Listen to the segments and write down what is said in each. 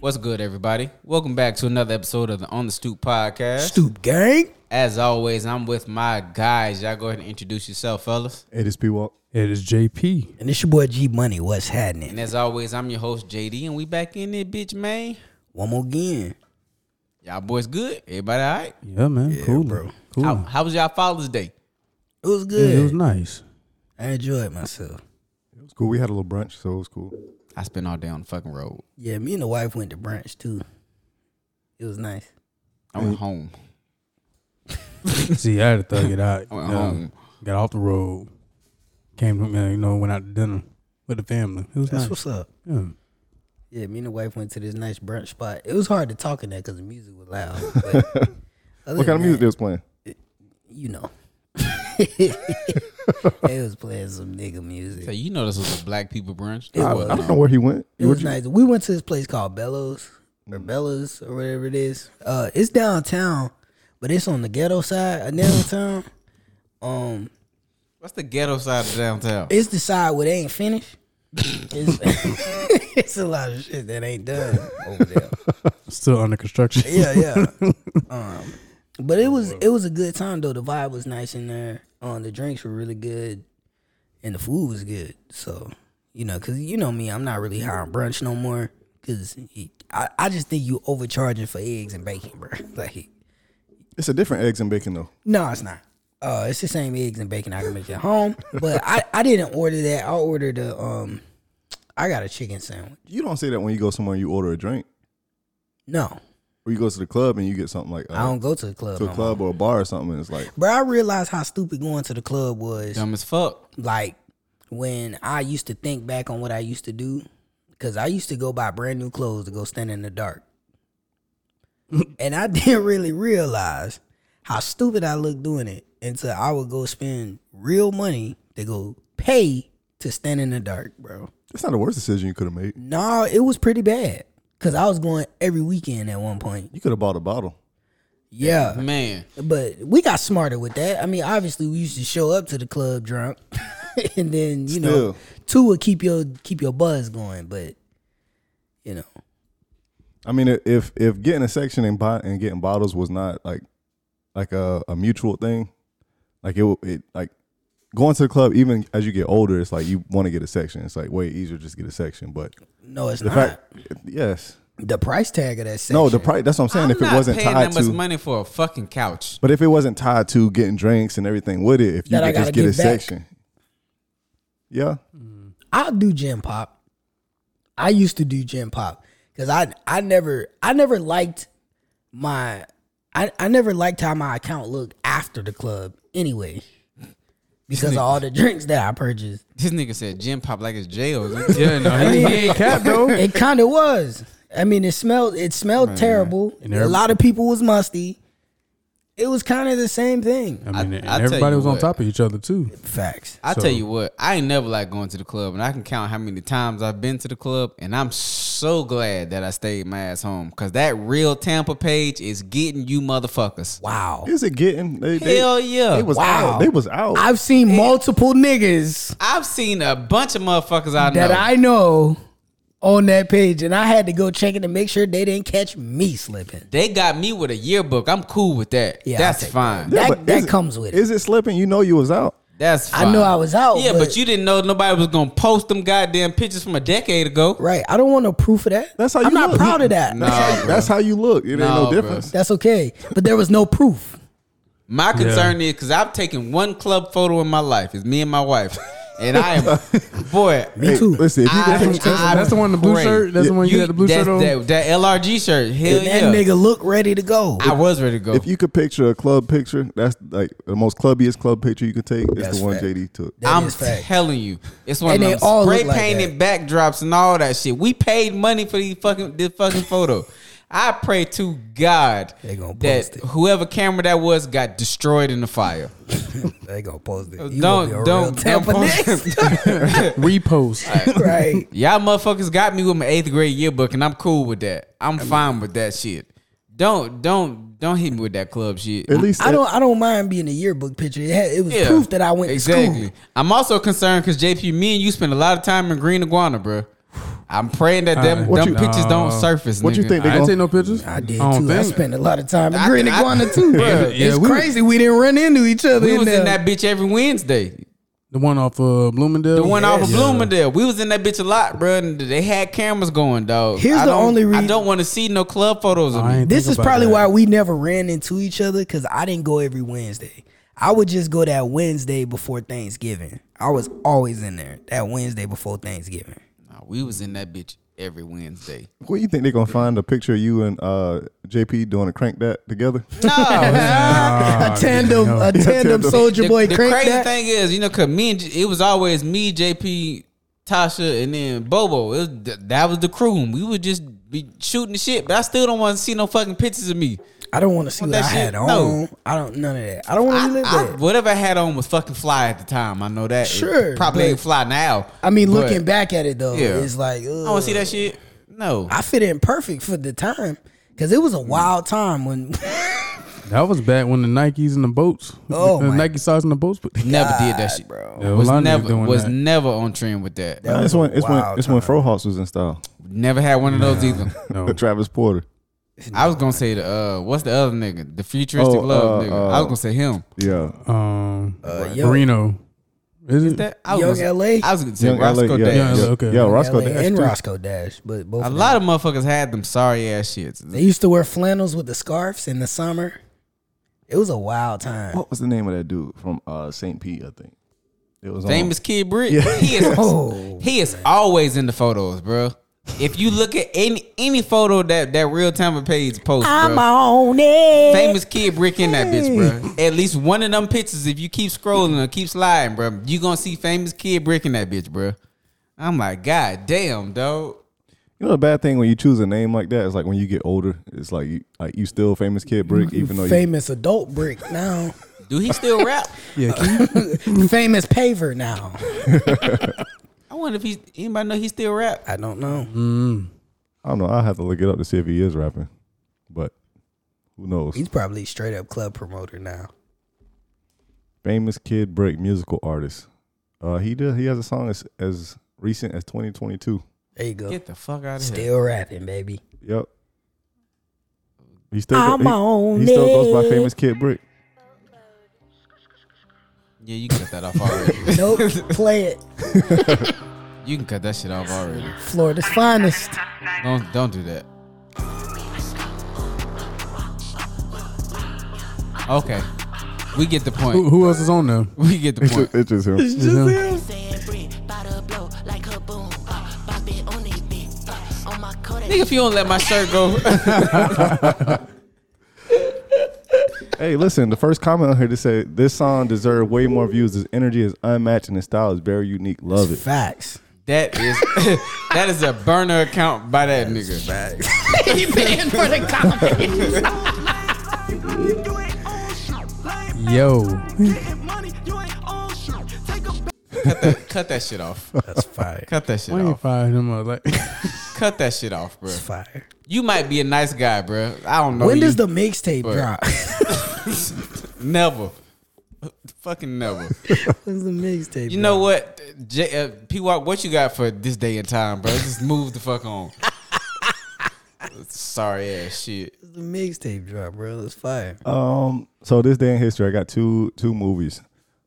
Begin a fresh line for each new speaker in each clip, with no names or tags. What's good, everybody? Welcome back to another episode of the On the Stoop podcast.
Stoop gang.
As always, I'm with my guys. Y'all go ahead and introduce yourself, fellas.
It is P Walk.
It is JP.
And it's your boy G Money. What's happening?
And as always, I'm your host, JD, and we back in it, bitch, man.
One more again.
Y'all boys good? Everybody all right?
Yeah, man. cool, bro. Cool.
How, how was y'all Father's Day?
It was
Yeah,
good.
It was nice.
I enjoyed myself.
It was cool. We had a little brunch, so it was cool.
I spent all day on the fucking road.
Yeah, me and the wife went to brunch too. It was nice.
I went home.
See, I had to thug it out.
I went
Yeah.
home.
Got off the road. Came to you know, went out to dinner with the family. It was
That's
nice.
what's up.
Yeah.
Yeah, me and the wife went to this nice brunch spot. It was hard to talk in there because the music was loud. But
What kind of music they was playing?
You know. they was playing some nigga music.
So you know this was a black people brunch.
It
I,
was.
I don't know where he went.
It
What
was
you-
nice. Mm. We went to this place called Bellows or Bellows or whatever it is. Uh, it's downtown, but it's on the ghetto side of downtown. um,
What's the ghetto side of downtown?
it's the side where they ain't finished. It's, it's a lot of shit that ain't done over there.
Still under construction.
Yeah, yeah. Um, but
Oh,
it was it was a good time though. The vibe was nice in there. Um, the drinks were really good, and the food was good. So you know, cause you know me, I'm not really high on brunch no more. Cause he- I, I just think you overcharging for eggs and bacon, bro. Like,
It's a different eggs and bacon though.
no, it's not. Uh, it's the same eggs and bacon I can make at home. But I, I didn't order that. I ordered a um, I got a chicken sandwich.
You don't say that when you go somewhere and you order a drink,
No,
or you go to the club and you get something like uh,
I don't go to the club.
to a
no more.
club or a bar or something. And it's like
Bro, I realized how stupid going to the club was.
Dumb as fuck.
like when I used to think back on what I used to do, because I used to go buy brand new clothes to go stand in the dark. and I didn't really realize how stupid I looked doing it until I would go spend real money to go pay to stand in the dark, bro.
it's not the worst decision you could have made.
No, it was pretty bad. Cause I was going every weekend at one point.
You could have bought a bottle.
Yeah.
Man,
But we got smarter with that. I mean, obviously, we used to show up to the club drunk, and then you know,
Still.
two would keep your keep your buzz going. But you know,
I mean, i- if if getting a section and buy, and getting bottles was not like like a, a mutual thing, like it w- it like going to the club even as you get older, it's like you want to get a section. It's like way easier to just get a section. But
no, it's
the
not
fact, yes,
the price tag of that. Section,
no, the price. That's what I'm saying.
I'm
if
not
it wasn't
paying
tied
that much
to
money for a fucking couch.
But if it wasn't tied to getting drinks and everything with it, if you
That I
could just
gotta
get a
get back.
section. Yeah.
I'll do gym pop. I used to do gym pop because I I never I never liked my I, I never liked how my account looked after the club anyway because of all the drinks that I purchased.
This nigga said gym pop like it's jail. yeah, no, he,
mean-
he ain't cap though.
It kind of was. I mean, it smelled. It smelled terrible.
And
a
every-
lot of people was musty. It was kind of the same thing.
I mean, and
I tell
everybody
you
was on
what.
top of each other too.
Facts.
I
So-
tell you what, I ain't never like going to the club, and I can count how many times I've been to the club, and I'm so glad that I stayed my ass home because that real Tampa page is getting you motherfuckers.
Wow.
Is it getting they, they-
Hell yeah!
They was
Wow.
out. They was out.
I've seen multiple niggas
I've seen a bunch of motherfuckers I
that
know.
I know on that page, and I had to go check it to make sure they didn't catch me slipping.
they got me with a yearbook. I'm cool with that.
Yeah, I'll
that's
take
fine.
That
but
that
is it-
comes with it.
Is it slipping? You know you was out.
That's fine.
I know I was out.
Yeah, but, you didn't know nobody was gonna post them goddamn pictures from a decade ago.
right. I don't want no proof of that.
That's how
I'm
you
not
look.
proud of that.
Nah.
That's how-
bro.
That's how you look. It
Nah,
ain't no
bro.
difference.
That's okay. But there was no proof.
My concern is because I've taken one club photo in my life. It's me and my wife, and I am boy.
Me too.
Listen, if you
I-
get
That's, that's the one in the blue
pray.
shirt. That's the one you, had the blue
that's-
shirt
That,
on.
that LRG shirt. Hell
And that
yeah.
nigga looked ready to go.
I was ready to go.
if you could picture a club picture, that's like the most clubbiest club picture you could take. It's
That's
the one
fact.
JD took.
That
I'm
is fact.
telling you, it's one
And they
of
all
them spray
look like
painted backdrops and all that shit. We paid money for these fucking this fucking photo. I pray to God
They gonna
that
post it.
whoever camera that was got destroyed in the fire.
They gonna post it. You
Don't-
gonna be
don't-
a real
don't
Tampa
post
next.
Repost.
right.
Y'all motherfuckers got me with my eighth grade yearbook, and I'm cool with that. I'm fine with that shit. Don't don't don't hit me with that club shit.
At least
I don't. I don't mind being a yearbook picture. It, had, it was
Yeah,
proof that I went
exactly.
to school.
I'm also concerned because JP, me and you spend a lot of time in Green Iguana, bro. I'm praying that them,
What
them
you-
pictures don't surface.
What you
nigga.
think they
I
gonna?
didn't take no pictures.
I did
don't
too. I
think-
spent a lot of time in
I-
Green
I-
Iguana too, bro.
Yeah, yeah,
it's
we-
crazy we didn't run into each other.
we was
there.
in that bitch every Wednesday.
The one off uh, Bloomingdale.
The one off of
Yeah.
Bloomingdale. We was in that bitch a lot, bro. And they had cameras going, dog.
Here's
I
the
don't-
only
I
reason-
don't want to see no club photos of
I
me.
ain't
This
think
is
about
probably
that.
why we never ran into each other because I didn't go every Wednesday. I would just go that Wednesday before Thanksgiving. I was always in there that Wednesday before Thanksgiving.
Nah, we was in that bitch every Wednesday.
What do you think they gonna find a picture of you and uh, JP doing a crank that together?
Ah,
a tandem,
no.
a tandem soldier
the,
boy
the
crank
crazy
that.
thing is, you know, cause me and J- it was always me, JP, Tasha, and then Bobo. It was, th- that was the crew. And We would just be shooting the shit, but I still don't want to see no fucking pictures of me.
I don't want to see
Want
what I
that
had
shit?
on.
No.
I don't none of that. I don't want
I-
to relive
I-
that.
whatever I had on was fucking fly at the time. I know that. It
Sure,
probably
but-
ain't fly now.
I mean,
but
looking back at it though,
Yeah.
it's like
I want to see that shit. No,
I fit in perfect for the time because it was a wild time when
Uh,
That was back when the Nikes and the boats.
Oh,
the
my-
Nike socks and the boats. But
never did that shit, bro.
Yeah,
was
a lot of niggas
never
doing
was
that.
never on trend with that.
That
Uh, it's
was a
when it's when
wild
it's when
time. Oh.
Frohawks was in style.
Never had one of those either.
no.
With Travis Porter.
I was gonna say the uh, what's the other nigga, the futuristic
Oh,
love
uh,
nigga. I
uh,
was gonna say him.
Yeah,
Um,
yo-
Reno. Is it?
That- I was
Young
gonna say-
LA?
I was gonna say
Young
Roscoe
LA, yeah,
Dash.
Young
yeah,
LA, okay.
yeah, uh, Roscoe
Roscoe
Dash.
and
too.
Roscoe Dash, but both
A
of them.
lot of motherfuckers had them sorry ass shits.
Oh.
They used to wear flannels with the scarves in the summer. It was a wild time.
What was the name of that dude from uh, St. Pete? I think it was um, on-
Famous Kid Britt. He is
Oh.
he is always in the photos, bro. If you look at any any photo that that real time page post,
I'm
bro,
on it.
famous kid brick in that bitch, bro. At least one of them pictures, if you keep scrolling or keep sliding, bro, you gonna see famous kid brick in that bitch, bro. I'm like, god damn, dog.
You know the bad thing when you choose a name like that is like when you get older, it's like you like you still famous kid brick, even though you
famous adult brick now.
Do he still rap?
Yeah, can you-
famous paver now.
I wonder if he's anybody know he still rap.
I don't know.
Mm.
I don't know. I'll have to look it up to see if he is rapping. But who knows?
He's probably straight up club promoter now.
Famous kid break musical artist. Uh, he does. He has a song as, as recent as 2022.
There you go.
Get the fuck out of here.
Still rapping, baby.
Yep. He still
I'm
he,
on
he still goes by
it.
famous kid brick.
Yeah, you can cut that off already.
Nope. play it.
you can cut that shit off already.
Florida's finest.
Don't don't do that. Okay. We get the point.
who, who else is on there?
We get the
It's
point.
just, it's just him.
Saying Brit, by the blow like her boom. Uh, bopping on it, bit. Uh, on my Kodak.
Nigga, if you don't let my shirt go,
hey, listen. The first comment on here to say this song deserved way more views. His energy is unmatched and his style is very unique. Love it.
Facts.
that is that is a burner account by that nigga.
Facts.
Yo,
Cut that, cut that shit off.
That's fire.
Cut that shit
why you
off.
fire him up? Like,
Cut that shit off, bro.
That's fire.
You might be a nice guy, bro. I
Oh,
don't know.
when
you.
does the mixtape
But-
drop?
never? Fucking never.
When's the mixtape?
You know what, J, uh, P. Walk, what you got for this day and time, bro? Just move the fuck on. Sorry ass shit.
When's the mixtape drop, bro? That's fire.
Um, so this day in history, I got two two movies.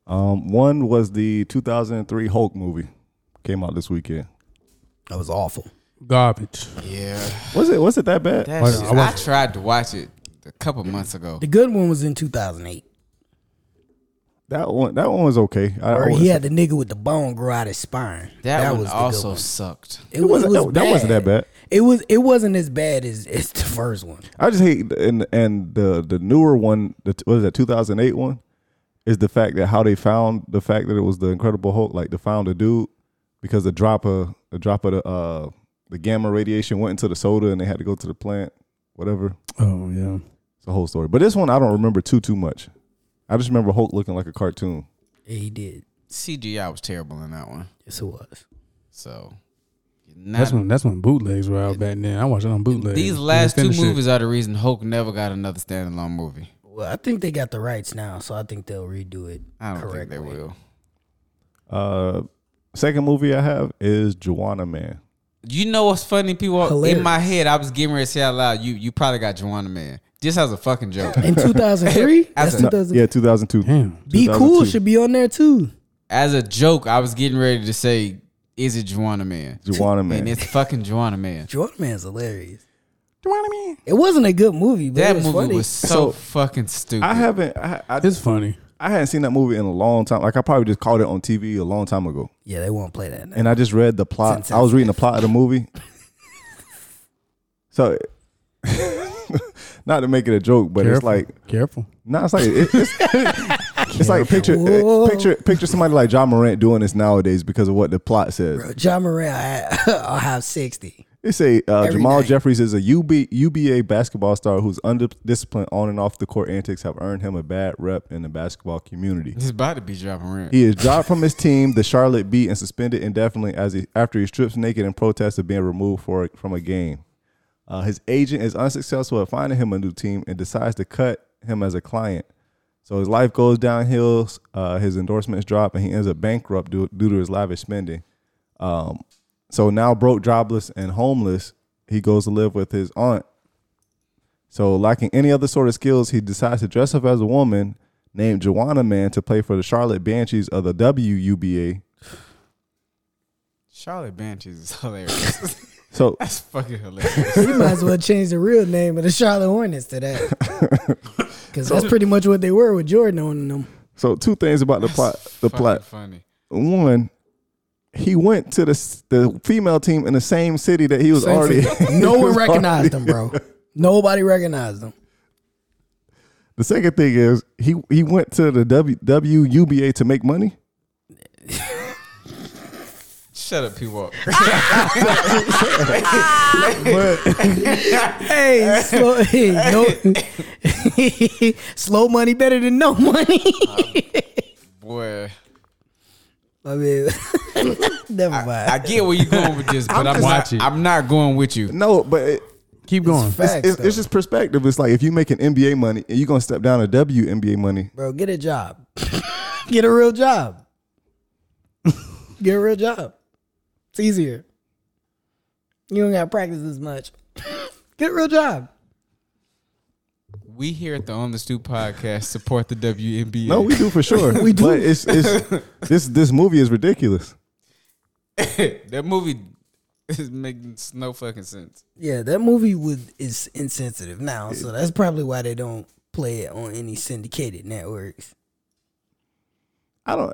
Um, one was the 2003 Hulk movie, came out this weekend.
That was awful.
garbage.
Yeah,
Was it was it that bad?
that
Why-
shit-
I
I
watched-
tried to watch it a couple months ago.
The good one was in 2008,
That one that one was okay. I, I
where
wouldn't
he
say-
had the nigga with the bone grow out his spine.
That, one
was the good
also
one.
sucked.
It, was, it
wasn't- oh,
was
that- that wasn't that bad.
It was. It wasn't as bad as, as the first one.
I just hate and and the the newer one, the what is that 2008 one, is the fact that how they found the fact that it was the Incredible Hulk, like they found the dude because the drop of the drop of the uh the gamma radiation went into the soda and they had to go to the plant, whatever.
Oh yeah,
It's a whole story. But this one I don't remember too too much. I just remember Hulk looking like a cartoon.
Yeah, he did.
CGI was terrible in that one.
Yes, it was.
So
that's
not,
when that's when bootlegs were out back then. I watched it on bootlegs.
these last two
Finish it.
movies are the reason Hulk never got another standalone movie.
Well, I think they got the rights now, so I think they'll redo it.
I don't
correctly.
think they will.
Uh second movie I have is Joanna Man.
You know what's funny, people?
Hilarious.
In my head, I was getting ready to say out loud, you you probably got Joanna Man. Just as a fucking joke.
In 2003?
As
That's
a-
No,
2000.
yeah, 2002.
Damn.
Be cool
2002.
should be on there too.
As a joke, I was getting ready to say, is it Joanna Man?
Juana man.
And it's fucking Joanna Man.
Jordan Man's hilarious.
Do you know what I mean?
It wasn't a good movie, but
That
it was
movie
funny.
was so,
So,
fucking stupid.
I haven't. I, I,
It's funny.
I hadn't seen that movie in a long time. Like I probably just caught it on TV a long time ago,
Yeah, they won't play that. Now.
and I just read the plot. I was reading the plot of the movie. so, not to make it a joke, but it's
Careful.
like
Careful.
no, it's like it- it's, it's like picture
Whoa.
picture picture somebody like John Morant doing this nowadays because of what the plot says.
Bro, John Moran, I, I'll have 60.
They say uh,
Every
Jamal
night.
Jeffries is a UB, UBA basketball star whose undisciplined on and off the court antics have earned him a bad rep in the basketball community.
His body be dropping rent.
He is dropped from his team, the Charlotte Beat, and suspended indefinitely as he, after he strips naked in protest of being removed for, from a game. Uh, his agent is unsuccessful at finding him a new team and decides to cut him as a client. So his life goes downhill. Uh, his endorsements drop, and he ends up bankrupt due, due to his lavish spending. Um, so now broke, jobless, and homeless, he goes to live with his aunt. So lacking any other sort of skills, he decides to dress up as a woman named Joanna Man to play for the Charlotte Banshees of the WUBA.
Charlotte Banshees is hilarious.
So
That's fucking hilarious.
You might as well change the real name of the Charlotte Hornets to that. Because that's pretty much what they were with Jordan on them.
so two things about the plot the
Fucking
plot.
funny.
One, he went to the s- the female team in the same city that he was
Same
already
thing.
he
no one
was already-
recognized them, bro. Nobody recognized them.
The second thing is he he went to the w, WUBA to make money.
Shut up, people.
Hey, slow, hey, no, slow money better than no money.
Boy.
I mean, never mind.
I get where you're going with this, but I'm, not,
watching.
I'm not going with you.
No, but it,
Keep going.
Facts,
it's,
though.
it's just perspective. It's like if you make an NBA money and you're gonna step down to WNBA money.
bro, get a job. get a real job. get a real job. It's easier. You don't got to practice as much. get a real job.
We here at the On the Stoop podcast support the WNBA.
No, we do for sure. we do. But it's it's this this movie is ridiculous.
that movie is making no fucking sense.
Yeah, that movie was is insensitive now, so that's probably why they don't play it on any syndicated networks.
I don't.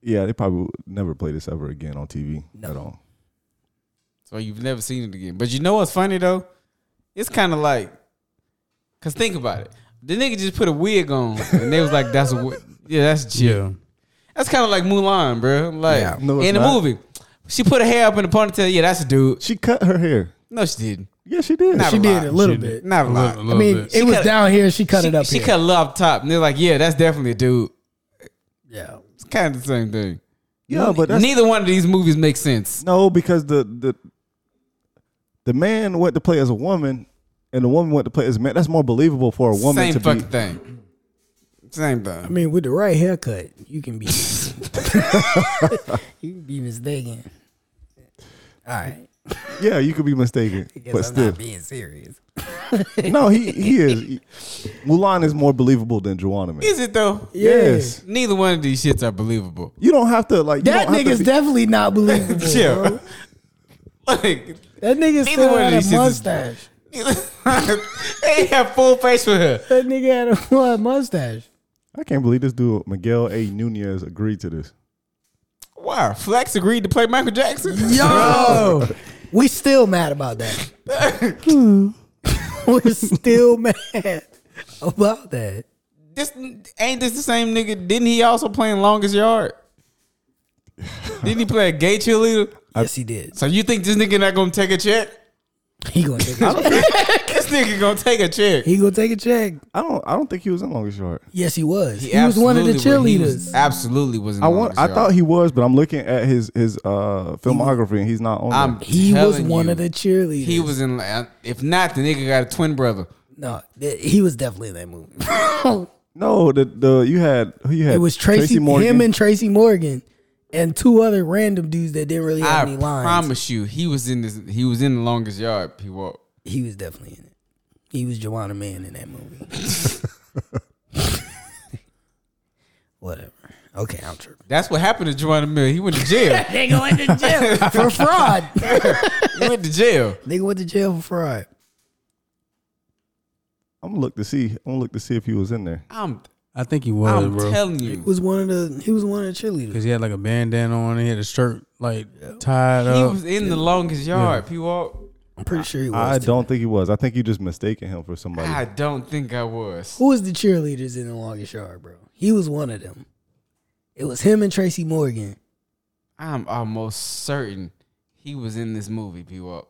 Yeah, they probably will never play this ever again on TV at all.
So you've never seen it again. But you know what's funny though? It's kind of like, cause think about it. The nigga just put a wig on, and they was like, "That's a wi- yeah, that's G.
Yeah.
That's kind of like Mulan, bro. Like
Yeah.
No, it's
in the
not.
movie, she put her hair up in a ponytail. Yeah, that's a dude.
She cut her hair.
No, she didn't.
Yeah, she did.
Not
She
a
did
lot.
a little
She did.
bit.
Not a lot.
A
I
little
mean,
bit.
it was
cut-
down here. She cut
she,
it up.
She
here.
cut a little up top, and they're like, "Yeah, that's definitely a dude."
Yeah.
It's kind of the same thing.
yeah, but that's
Neither one of these movies makes sense.
no because the the the man went to play as a woman, and the woman went to play as a man. That's more believable for a woman
Same
to
fucking
be.
thing. Same
I
thing.
mean, with the right haircut, you can be you can be mistaken. All right,
Yeah, you could be mistaken,
I guess
but
I'm
still,
not being serious.
no, he he is. He- Mulan is more believable than Joanna. Man.
Is it though?
Yes,
Neither one of these shits are believable.
you don't have to like you
That
don't have to
nigga's
be-
definitely not believable.
Yeah.
bro.
like,
That
Neither
nigga still
one of
had
these
a
shits is-
mustache.
they have full face for her.
That nigga had a mustache.
I can't believe this dude Miguel A. Nunez agreed to this.
Wow. Flex agreed to play Michael Jackson.
Yo, we still mad about that. We're still mad about that.
This ain't this the same nigga? Didn't he also play in Longest Yard? Didn't he play a gay cheerleader?
Yes, he did.
So you think this nigga not gonna take a check?
He gonna take a check.
This nigga gonna take a check.
He gonna take a check.
I don't. I don't think he was in Longest Yard.
Yes, he was. He, was one of the
absolutely
cheerleaders.
was- he was- absolutely was. In
I want.
Longest
I
Yard.
thought he was, but I'm looking at his his uh filmography and he's not on.
I'm
there.
He was
telling
one
you,
of the cheerleaders.
He was in. If not, the nigga got a twin brother.
no, th- he was definitely in that movie.
No, the the you had who you had.
it was Tracy,
Morgan.
him and Tracy Morgan, and two other random dudes that didn't really have
I
any lines.
promise you, he was in this. He was in the longest yard. He walked.
He was definitely in it. He was Joanna Man in that movie. Whatever. Okay, I'm tripping.
That's what happened to Joanna Miller. He went to jail.
They go into jail for fraud.
he went to jail.
They went to jail for fraud.
I'm gonna look to see. I'm gonna look to see if he was in there.
I'm,
I think he was,
I'm
bro.
telling
He
you,
was one of the he was one of the cheerleaders.
Cause he had like a bandana on, he had a shirt like tied
he
up.
was in the longest yard. He walked.
I'm pretty sure he was.
I
too.
don't think he was. I think you just mistaken him for somebody.
I don't think I was.
Who was the cheerleaders in the longest yard, bro? He was one of them. It was him and Tracy Morgan.
I'm almost certain he was in this movie. P Walk.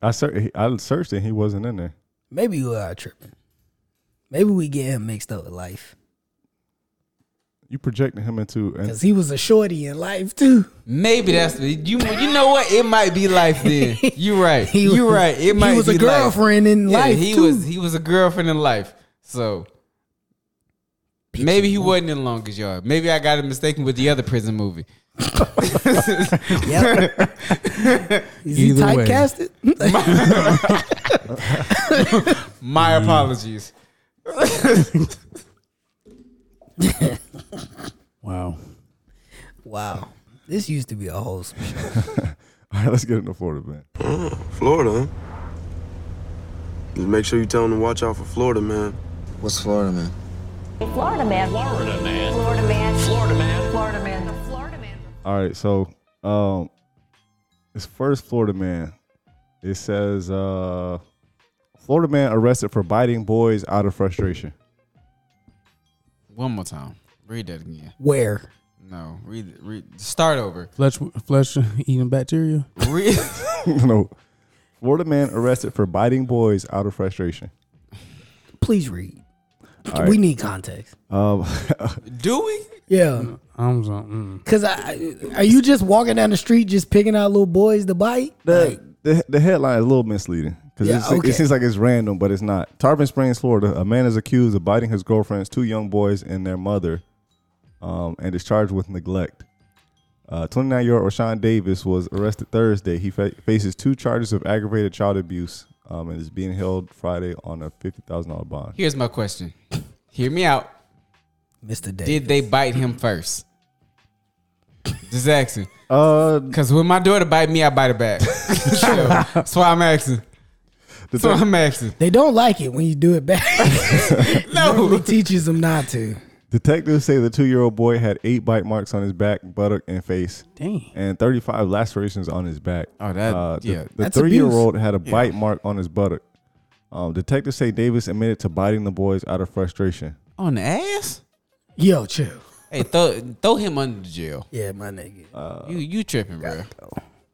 I searched. I searched and he wasn't in there.
Maybe you are tripping. Maybe we get him mixed up with life.
You projecting him into and
Because he was a shorty in life too.
Maybe that's the you. You know what? It might be life. Then you right.
He
you
was-
right.
he
It might
was a
be life.
girlfriend in
Yeah,
life,
He
too.
was. He was a girlfriend in life. So maybe he wasn't in the longest yard. Maybe I got it mistaken with the other prison movie.
Yep. Is he
Either way.
typecasted?
My apologies.
Wow.
wow. This used to be a whole sp-
all right, let's get into Florida, man.
Florida, huh? Just make sure you tell them to watch out for Florida, man.
What's Florida, man?
Florida man. Florida man. Florida man. Florida man. Florida man. Florida man.
All right, so um, this first Florida man, it says uh, Florida man arrested for biting boys out of frustration.
One more time. Read that again.
where?
No. Read. Read. Start over.
Flesh flesh eating bacteria.
Read.
no, Florida man arrested for biting boys out of frustration.
Please read.
right.
We need context.
Um,
Do we?
Yeah.
I'm so mm.
Cause I are you just walking down the street just picking out little boys to bite? Like,
the, the headline is a little misleading because
Yeah, okay.
it seems like it's random, but it's not. Tarpon Springs, Florida, a man is accused of biting his girlfriend's two young boys and their mother, um, and is charged with neglect. Uh, 29-year-old Rashawn Davis was arrested Thursday. He fa- faces two charges of aggravated child abuse um, and is being held Friday on a fifty thousand dollar bond.
Here's my question. Hear me out.
Mr. Day.
Did they bite him first? Just asking.
Uh,
Cause when my daughter bite me, I bite her back. so, that's why I'm asking. That's why I'm asking.
They don't like it when you do it back.
No.
Normally teaches them not to.
detectives say the two-year-old boy had eight bite marks on his back, buttock, and face.
Dang.
and 35 lacerations on his back. Uh,
Oh, that-
the,
yeah.
The
That's
three year old had a bite mark on his buttock. Um, detectives say Davis admitted to biting the boys out of frustration.
On the ass?
Yo, chill.
Hey, throw throw him under the jail.
Yeah, my nigga.
you you tripping, bro?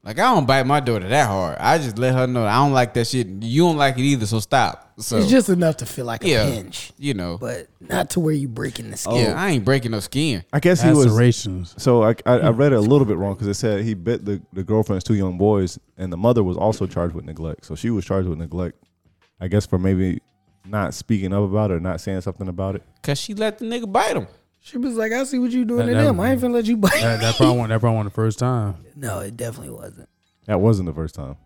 Like I don't bite my daughter that hard. I just let her know I don't like that shit. You don't like it either, so stop. So
it's just enough to feel like
yeah, Oh.
a pinch,
you know.
but Oh. not to where you breaking the skin.
yeah, I ain't breaking no skin.
I guess he was.
Lacerations.
So I, I, I read it a
Hmm.
little bit wrong because it said he bit the, the girlfriend's two young boys, and the mother was also charged with neglect. So she was charged with neglect, I guess, for maybe not speaking up about it or not saying something about it.
Cause she let the nigga bite him.
She was like, "I see what you doing
That-
to
that-
them. I ain't finna let you bite."
That, that probably won, that probably won the first time.
no, it definitely wasn't
That wasn't the first time.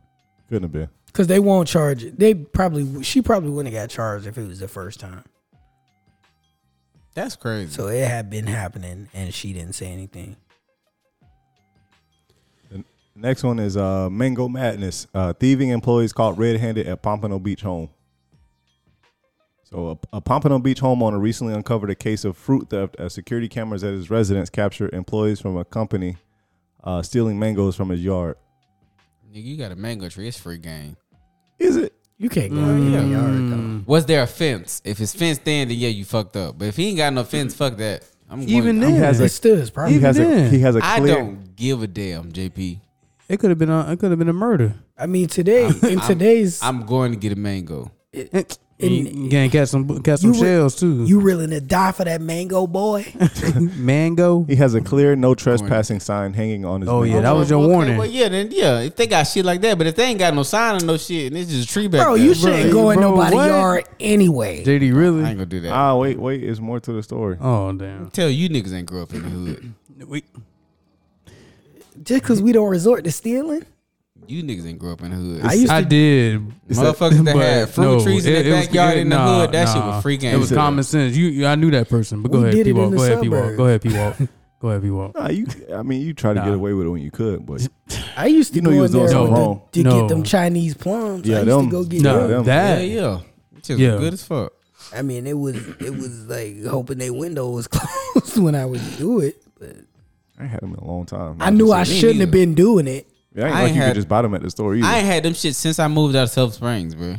Couldn't have been.
because they won't charge it. They probably she probably wouldn't have got charged if it was the first time.
That's crazy.
So it had been happening, and she didn't say anything.
Next one is uh, Mango Madness. Uh, thieving employees caught red-handed at Pompano Beach home. So a, a Pompano Beach homeowner recently uncovered a case of fruit theft as security cameras at his residence captured employees from a company uh, stealing mangoes from his yard.
Nigga, you got a mango tree. It's free game.
Is it?
You can't go out in the yard though.
Mm.
Was there a fence? If it's fenced in, then yeah, you fucked up. But if he ain't got no fence, fuck that. I'm going-
Even
I'm-
then,
has
It
a-
still is
He
probably.
has a
then.
he has a
I
clear.
don't give a damn, JP.
it could have been a it could have been a murder.
I mean, today in today's
I'm going to get a mango.
And you can catch some catch some
you re-
shells too.
you willing to die for that mango boy?
mango.
He has a clear no trespassing sign hanging on his.
Oh
mango.
yeah, that was your
Okay,
warning.
Well, yeah, then yeah, if they got shit like that, but if they ain't got no sign or no shit, and it's just a tree back
Bro,
there,
you shouldn't go in
bro,
nobody's
what?
yard anyway.
JD
I
really?
ain't gonna do that.
Ah, wait, wait. There's more to the story.
Oh damn.
Tell you niggas ain't grew up in the hood.
We
Just because we don't resort to stealing?
You niggas didn't grow up in the hood.
I used
I
to.
did.
Motherfuckers that
But
had fruit
no,
trees in
it-
their
it was-
backyard
it-
in the
nah,
hood, that shit was
nah.
free
It was
game.
common sense. You, you I knew that person. But go
We
ahead,
did it
P Walk.
in
Go
the
ahead, P Walk.
suburbs.
Go ahead, P Walk. Go ahead, P Walk.
Nah, you. I mean, you try to get
Nah.
away with it when you could, but
I used to
You know
go
you
in
was
there
doing something
with the-
wrong.
to
No.
get them Chinese plums.
Yeah,
I used
them-
to go get
No.
them.
them-
Yeah,
that.
yeah. That shit was
Yeah.
good as fuck.
I mean, it was it was like hoping they window was closed when I would do it. But
I ain't had them in a long time.
I knew I
me
shouldn't have
neither.
been doing it.
Yeah, I ain't
I
like
ain't
you
had-
could just buy them at the store either.
I ain't had them shit since I moved out of Self Springs, bro.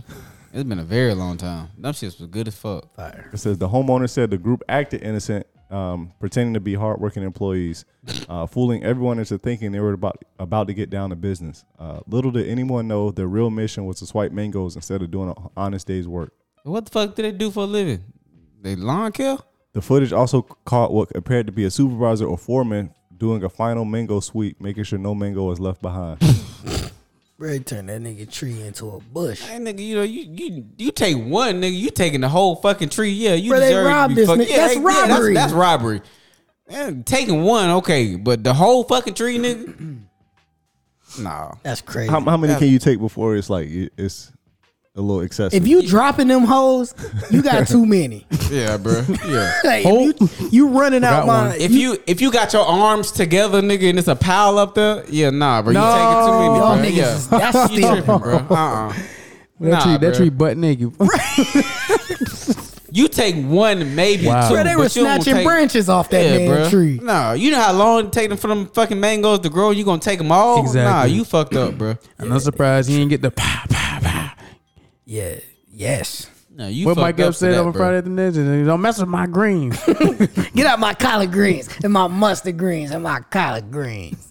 It's been a very long time. Them shits was good as fuck.
It says the homeowner said the group acted innocent, um, pretending to be hardworking employees, uh, fooling everyone into thinking they were about about to get down to business. Uh, little did anyone know their real mission was to swipe mangoes instead of doing an honest day's work.
What the fuck do they do for a living? They lawn care?
The footage also caught what appeared to be a supervisor or foreman doing a final mango sweep, making sure no mango is left behind.
Bro, turned that nigga tree into a bush.
Hey nigga, you know you you you take one nigga, you taking the whole fucking tree. Yeah, you
Bro, they
deserve
robbed
to be
this
fuck-
nigga.
Yeah,
That's
they- yeah,
robbery.
that's, that's robbery. Man, taking one, okay, but the whole fucking tree, nigga. nah,
That's crazy.
how, how many can you take before it's like it- it's a little excessive?
if you dropping them hoes, you got too many.
yeah, bro, yeah.
Like, if you, you running out
Forgot
my.
one.
If you if you got your arms together, nigga, and it's a pile up there, yeah, nah, bro, you
No.
taking too many,
Y'all
bro.
niggas
yeah.
is- that's
you
still-
tripping, bro. Uh-uh.
That
Nah,
tree, that
bruh.
tree butt naked.
You take one, maybe
Wow.
two.
Bruh,
they
but
were
you don't
snatching
take-
branches off that
Yeah,
damn
bruh.
tree.
Nah, you know how long it take them for them fucking mangoes to grow? You gonna take them all? Nah,
Exactly.
you fucked up, bro.
I'm not surprised he didn't get the pow pow pow.
Yeah. Yes.
Nah, you
What
fucked
Mike
up
Epps
for
said
that,
on
bruh.
Friday the next day, don't mess with my greens.
Get out my collard greens and my mustard greens and my collard greens.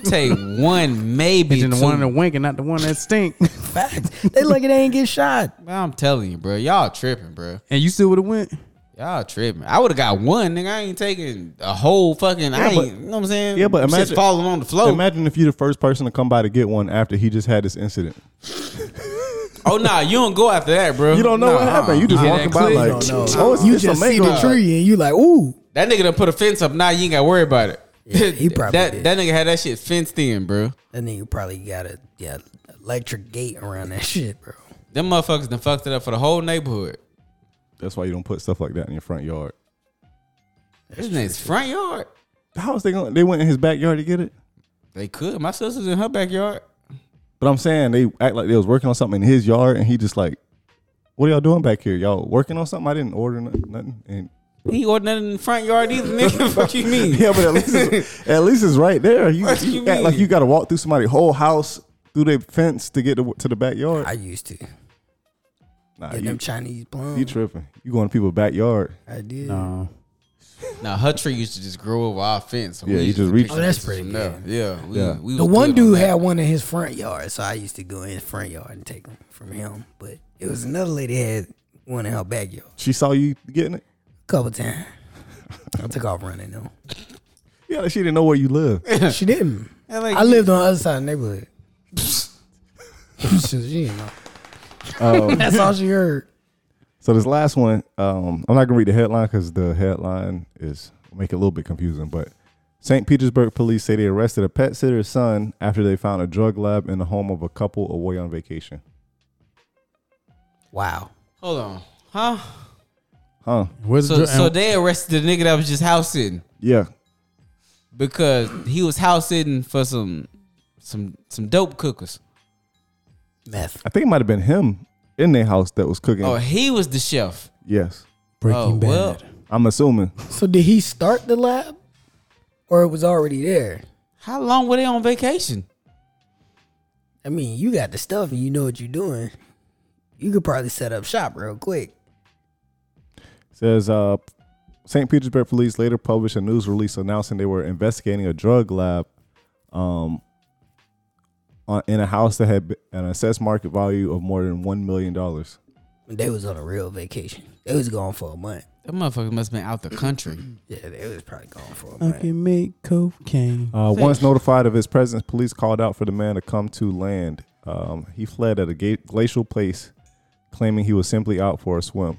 take one, maybe
and the
two.
one that wink and not the one that stink.
Facts. They lucky they ain't get shot.
Man, I'm telling you, bro. Y'all tripping, bro.
and you still would have went.
Y'all tripping. I would have got one, nigga. I ain't taking a whole fucking. I
Yeah,
ain't.
but-
you know what I'm saying?
yeah, but
Shit's
imagine-
falling on the floor.
Imagine if you're the first person to come by to get one after he just had this incident.
oh nah, you don't go after that, bro.
You don't know
Nah,
what happened. You just
uh-uh.
walking by
clear.
like,
You
don't
oh, it's,
You
it's
just
a
see
mango.
the tree and you like, ooh.
That nigga done put a fence up. Now you ain't got to worry about it.
he probably
that
did.
that nigga had that shit fenced in, bro.
That nigga probably got a yeah electric gate around that shit, bro.
Them motherfuckers done fucked it up for the whole neighborhood.
That's why you don't put stuff like that in your front yard.
This nigga's front yard.
How is they going? to They went in his backyard to get it.
They could. My sister's in her backyard.
But I'm saying they act like they was working on something in his yard, and he just like, "What are y'all doing back here? Y'all working on something? I didn't order no- nothing." And
He wasn't in the front yard either, nigga. Fuck you mean?
yeah, but at least it's, at least it's right there. You,
What
you
you
act like
mean?
you got to walk through somebody's whole house through their fence to get to, to the backyard.
I used to.
nah,
Get
you,
them Chinese plums.
you tripping? You going to people's backyard?
I did.
No.
Now her tree used to just grow over our fence. So
Yeah,
we
you
used
just
to
reach-
pick
Oh, that's
shit
pretty
from
good.
there. Yeah, we,
Yeah.
we
The
was
one
good on
dude
that.
had one in his front yard, so I used to go in his front yard and take them from him. But it was another lady had one in her backyard
She saw you getting it.
a couple times. I took off running though.
Yeah, like she didn't know where you live.
She didn't.
Yeah, like-
I lived on the other side of the neighborhood. she didn't know.
Oh.
That's all she heard.
So this last one, um, I'm not gonna read the headline because the headline is make it a little bit confusing. But St. Petersburg police say they arrested a pet sitter's son after they found a drug lab in the home of a couple away on vacation.
Wow.
Hold on, huh?
Huh?
Where's
So
the
so they arrested the nigga that was just house sitting
Yeah.
because he was house sitting for some some some dope cookers.
Meth.
I think it might have been him in their house that was cooking.
Oh, he was the chef.
Yes.
Breaking
oh
Bad?
well,
I'm assuming.
So did he start the lab? Or it was already there?
how long were they on vacation?
I mean, you got the stuff and you know what you're doing. You could probably set up shop real quick.
Says uh, St. Petersburg police later published a news release announcing they were investigating a drug lab um, on, in a house that had an assessed market value of more than $1 million.
They was on a real vacation. They was gone for a month.
That motherfucker must have been out the country.
Yeah, they was probably gone for a
I
month.
can make cocaine.
Uh, once notified of his presence, police called out for the man to come to land. Um, he fled at a ga- glacial place, claiming he was simply out for a swim.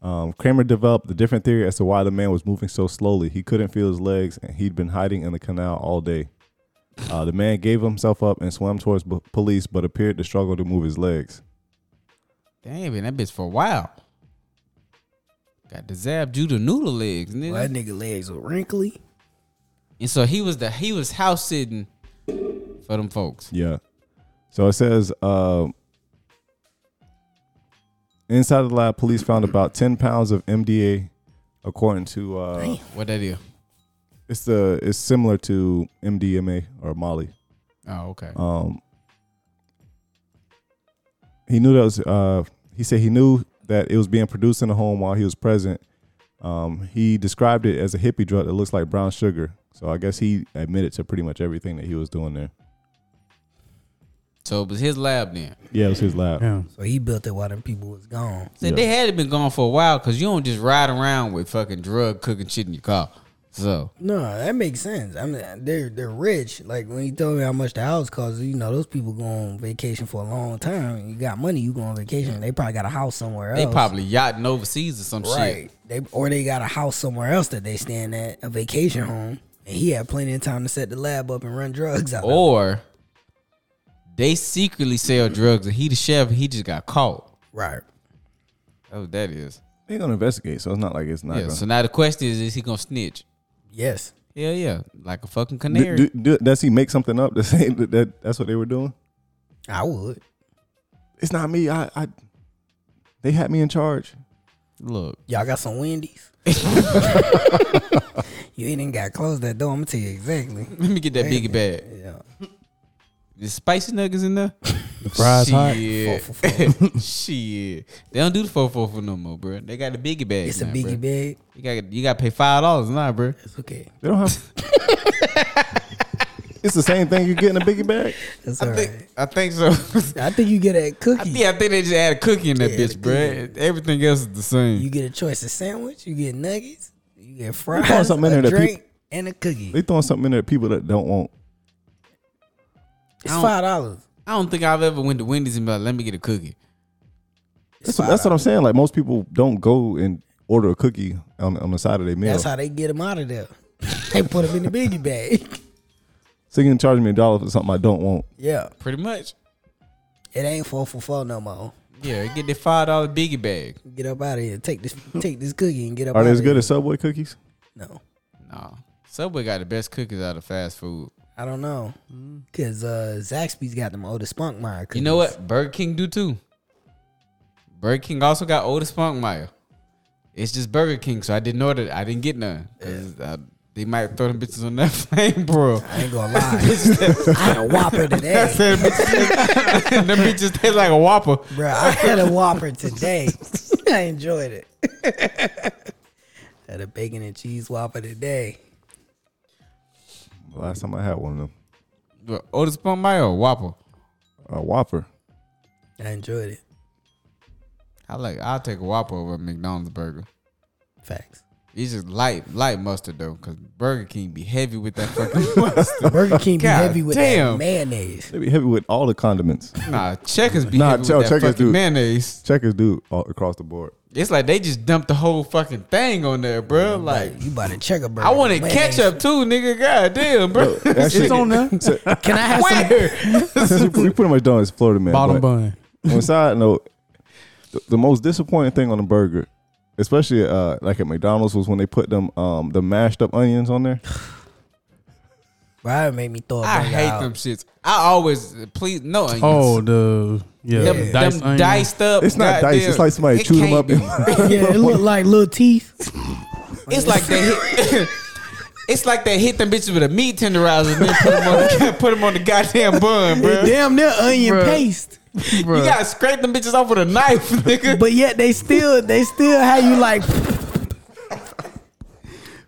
Um, Kramer developed a different theory as to why the man was moving so slowly. He couldn't feel his legs, and he'd been hiding in the canal all day. Uh, the man gave himself up and swam towards b- police, but appeared to struggle to move his legs.
Damn, been that bitch for a while. Got the Zab Judah noodle legs, nigga.
Well, that nigga legs were wrinkly.
And so he was the he was house sitting for them folks.
Yeah. So it says uh, inside the lab, police found about ten pounds of MDA, according to uh,
What that is?
it's the it's similar to MDMA or Molly.
Oh, okay.
Um, he knew that was. Uh, he said he knew that it was being produced in the home while he was present. Um, he described it as a hippie drug that looks like brown sugar. So I guess he admitted to pretty much everything that he was doing there.
so it was his lab then.
Yeah, it was his lab.
Yeah.
So he built it while them people was gone.
So they had been gone for a while because you don't just ride around with fucking drug cooking shit in your car. So
No, that makes sense. I mean, they're they're rich. Like when he told me how much the house costs, you know, those people go on vacation for a long time. You got money, you go on vacation. They probably got a house somewhere else.
they probably yachting overseas or some shit.
right. They or they got a house somewhere else that they staying at, a vacation home. And he had plenty of time to set the lab up and run drugs out. of it.
Or they secretly sell drugs and he the chef and he just got caught.
right.
That's what that is.
They're gonna investigate, so it's not like it's not.
Yeah.
gonna,
So now the question is, is he gonna snitch?
Yes.
Yeah, yeah. Like a fucking
do,
canary.
do, do- does he make something up to say that, that that's what they were doing?
I would.
It's not me. I, I they had me in charge.
Look.
Y'all got some Wendy's? you ain't even got close that door. I'm gonna tell you exactly.
Let me get that biggie bag.
Yeah.
Is spicy nuggets in there?
The fries hot.
Shit.
Four for
Shit. They don't do the 4 for no more, bro. They got the biggie bag.
It's
now,
a biggie
bruh.
bag.
You got you got to pay five dollars now, bro.
It's okay.
They don't have. it's the same thing you get in a biggie bag.
That's all
I
right.
think I think so.
I think you get a
I
cookie.
think I think they just add a cookie in that
Yeah, the
bitch, bro. Everything else is the same.
You get a choice of sandwich. You get nuggets. You get
throwing
fries,
something in
a
there that
drink, and a cookie.
They throwing something in there that people that don't want.
it's
I don't-
five dollars.
I don't think I've ever went to Wendy's and be like, let me get a cookie.
It's
So
five
that's what
dollars.
I'm saying. Like most people don't go and order a cookie on on the side of their meal.
That's how they get them out of there. they put them in the biggie bag.
so you can charge me a dollar for something I don't want.
Yeah,
Pretty much.
it ain't four for four no more.
Yeah, get that five dollar biggie bag.
Get up out of here. Take this, take this cookie and get up.
Are they
outta
as good
here.
as Subway cookies?
No,
Nah. Subway got the best cookies out of fast food.
I don't know, cause uh, Zaxby's got them old Spunkmeyer. Cookies.
You know what? Burger King do too. Burger King also got Otis Funkmeyer. It's just Burger King, so I didn't order. I didn't get none. 'Cause, uh, they might throw them bitches on that flame, bro.
I ain't gonna lie. I had a Whopper today,
them bitches taste like a Whopper.
bro. I had a Whopper today. I enjoyed it. had a bacon and cheese Whopper today.
Last time I had one of them,
What, Otis Funkmeyer or Whopper?
a Whopper.
I enjoyed it.
I like. I'll take a Whopper over a McDonald's burger.
Facts.
It's just light, light mustard though, because Burger King be heavy with that fucking mustard.
Burger King be
God
heavy with
damn.
that mayonnaise.
They be heavy with all the condiments.
Nah, checkers be
Nah,
heavy
tell
with that
Checkers,
fucking
dude.
mayonnaise.
Checkers do all across the board.
It's like they just dumped the whole fucking thing on there, bro. Like
You about to check a burger?
I wanted
with mayonnaise.
ketchup too, nigga. God damn, bro.
That shit- So,
Can I have some?
Where?
since we, we pretty much done as Florida man.
Bottom
but-
bun.
on a side note, the, the most disappointing thing on a burger, especially uh, like at McDonald's, was when they put them um, the mashed up onions on there.
Bro, that made me throw. a
I
burger
hate
out.
them shits. I always please no onions.
Oh, the yeah,
them,
diced
them
onion.
diced up.
It's not
goddamn-
dice. It's like somebody
it
chewed them
can't
up.
be-
And
Yeah, it looked like little teeth.
It's like they hit. It's like they hit them bitches with a meat tenderizer and then put them on the, put 'em on the goddamn bun, bro.
Damn, near onion
Bruh.
paste.
You gotta scrape them bitches off with a knife, nigga.
But yet they still, they still had you like.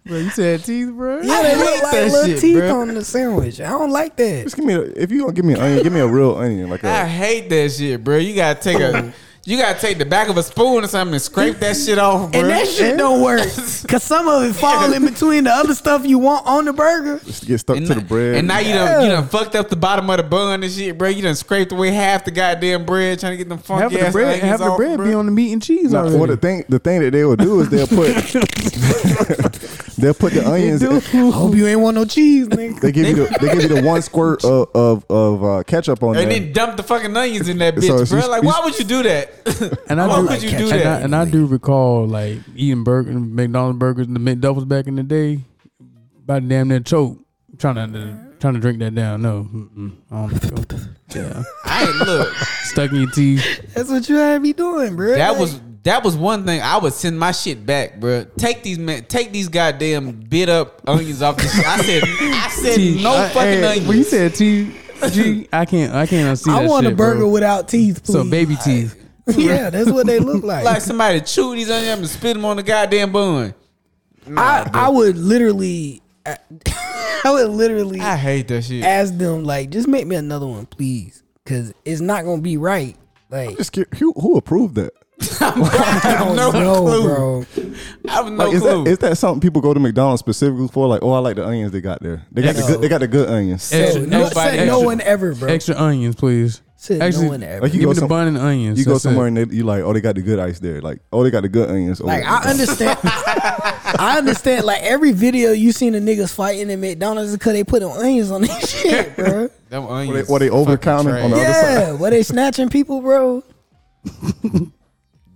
you said teeth, bro.
Yeah, they look
hate
like
that
little
shit,
teeth
bruh.
on the sandwich. I don't like that.
Ah,
just give me a, if you gonna give me an onion, give me a real onion, like
I
a
hate that shit, bro. You gotta take a. You gotta take the back of a spoon or something and scrape that shit off, bro.
And that shit don't work. Cause some of it fall in between the other stuff you want on the burger.
Just get stuck
and,
to the bread.
and now you done you done fucked up the bottom of the bun and shit, bro. You done scraped away half the goddamn bread trying to get them funky
Half of the
ass
bread,
onions
half the
off,
bread
bro.
be on the meat and cheese
Nah,
already.
well, the thing the thing that they will do is they'll put they'll put the onions.
I hope you ain't want no cheese, nigga.
They give you the, they give you the one squirt of of, of uh, ketchup on
and
there.
then dump the fucking onions in that
So
bitch,
it's-
bro. Like,
it's-
why would you do that?
And I
Why
do,
would you
like
do
ketchup.
and, I,
that?
and I do recall like eating burger, McDonald's burgers, and the McDoubles back in the day. About damn near choke trying to trying to drink that down. No, mm-mm, I don't feel. Yeah,
I ain't look.
stuck in your teeth.
That's what you had me doing, bro.
That
Like,
was that was one thing I would send my shit back, bro. Take these man, take these goddamn bit up onions off this. Shit. I said I said
Teeth.
no
I-
fucking
hey,
onions.
When you said teeth, G, I can't I can't unsee
I
that
want
shit,
a burger
bro.
without teeth, please.
So baby teeth.
yeah, that's what they look like.
like somebody chew these onions up and spit them on the goddamn bun.
I, I would literally, I, I would literally
Ah.
I hate that shit.
ask them like, just make me another one, please, because it's not gonna be right. Like,
Just get, who, who approved that?
I don't
no
know,
clue.
bro.
I have no
Like, is
clue.
that is that something people go to McDonald's specifically for? Like, oh, I like the onions they got there. They got the
Yeah.
good, they got the good onions.
So,
Extra-
no,
nobody-
said no
extra-
one ever, bro.
Extra onions, please.
Said no
Actually,
one ever.
Like, you
give
go
me the
some-
bun and the onions.
You go
That's it.
somewhere and they, you like, oh, they got the good ice there. Like, oh, they got the good onions. over
Like
there.
I understand, I understand. Like every video you seen the niggas fighting at McDonald's because they put onions on this shit, bro.
Them
Were they,
onions.
were they over counting
trash.
on the other side?
Yeah, where they snatching people, bro?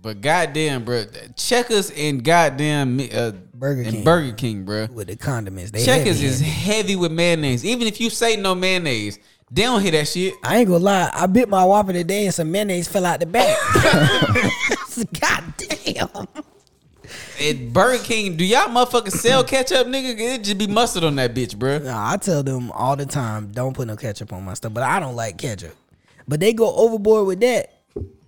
But goddamn, bro, Checkers and goddamn uh,
Burger
and
King.
Burger King, bro.
With the condiments, they
Checkers
heavy.
is heavy with mayonnaise. Even if you say no mayonnaise, they don't hear that shit.
I ain't gonna lie. I bit my whopper today and some mayonnaise fell out the back. God damn.
At Burger King, do y'all motherfuckers sell ketchup, nigga? It just be mustard on that bitch, bro.
Nah, I tell them all the time, don't put no ketchup on my stuff. But I don't like ketchup. But they go overboard with that.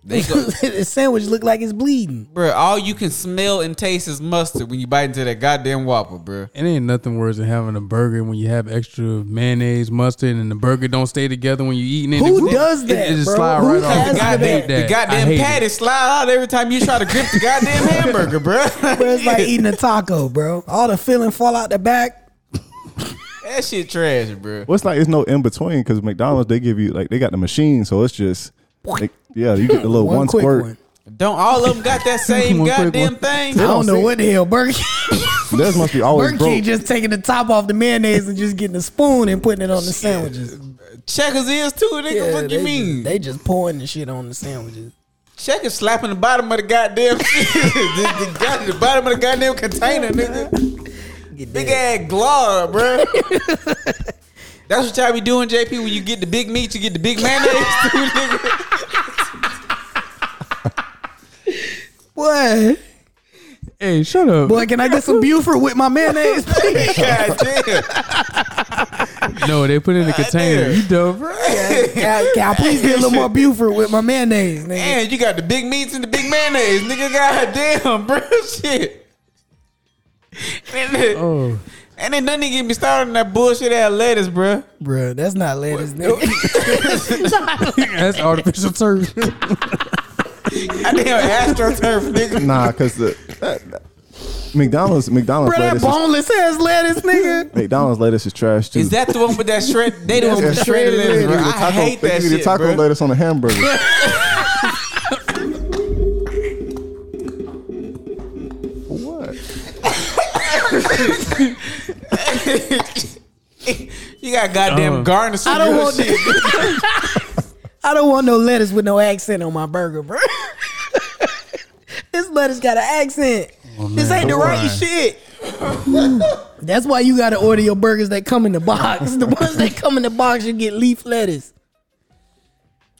They go,
the sandwich look like it's bleeding.
bro. All you can smell and taste is mustard when you bite into that goddamn Whopper, bro.
It ain't nothing worse than having a burger when you have extra mayonnaise, mustard, and the burger don't stay together when you eating it.
Who
It-
does
it-
that,
It, just
bro?
slide
Who
right off.
The
has That's
I
goddamn,
hate
bad.
the
that. I
goddamn
hate
patty
it.
slide out every time you try to grip the goddamn hamburger, bro.
Bro, it's like eating a taco, bro. All the filling fall out the back.
that shit trash, bro.
Well, it's like it's no in between because McDonald's they give you like they got the machine, so it's just like, yeah, you get the little
One,
one,
quick
squirt.
one.
Don't all of them got that same
One quick
goddamn
one.
thing?
I don't
don't
know
see-
what the hell Burger King.
Theirs must be always
Burger
broke.
King just taking the top off the mayonnaise and just getting a spoon and putting it on the sandwiches.
Checkers is too, nigga.
Yeah,
what
they
you mean?
Just, they just pouring the shit on the sandwiches.
Checkers slapping the bottom of the goddamn shit. the, the, god- the bottom of the goddamn container, nigga.
Get
Big
that.
ass glob, bro. That's what y'all be doing, JP. When you get the big meat, you get the big mayonnaise, too, nigga.
What?
Hey, shut up.
Boy, can I get some Buford with my mayonnaise, please?
God damn.
No, they put it in a container.
damn.
You dumb, bro.
can, can I please get a little more Buford with my mayonnaise, nigga?
And you got the big meats and the big mayonnaise, nigga. God damn, bro. Shit. And then,
Oh,
and then nothing get me started on that bullshit ass lettuce, bro.
Bruh, that's not lettuce, nigga.
that's artificial turf.
Goddamn AstroTurf, nigga.
Nah, because the that, that- McDonald's McDonald's
Bro, that
lettuce is,
boneless ass lettuce, nigga.
McDonald's lettuce is trash too.
Is that the one with that shred? They the one
Yeah,
with the shredded lettuce,
They
bro.
give you the
I
taco-
hate
they
that
give you
shit,
the taco
bro.
lettuce on a hamburger. what?
You got goddamn
Uh-huh.
garnish.
I don't want that. I don't want no lettuce with no accent on my burger, bro. this lettuce got an accent. this ain't the
come
right
on.
shit. That's why you gotta order your burgers that come in the box. The ones that come in the box, you get leaf lettuce.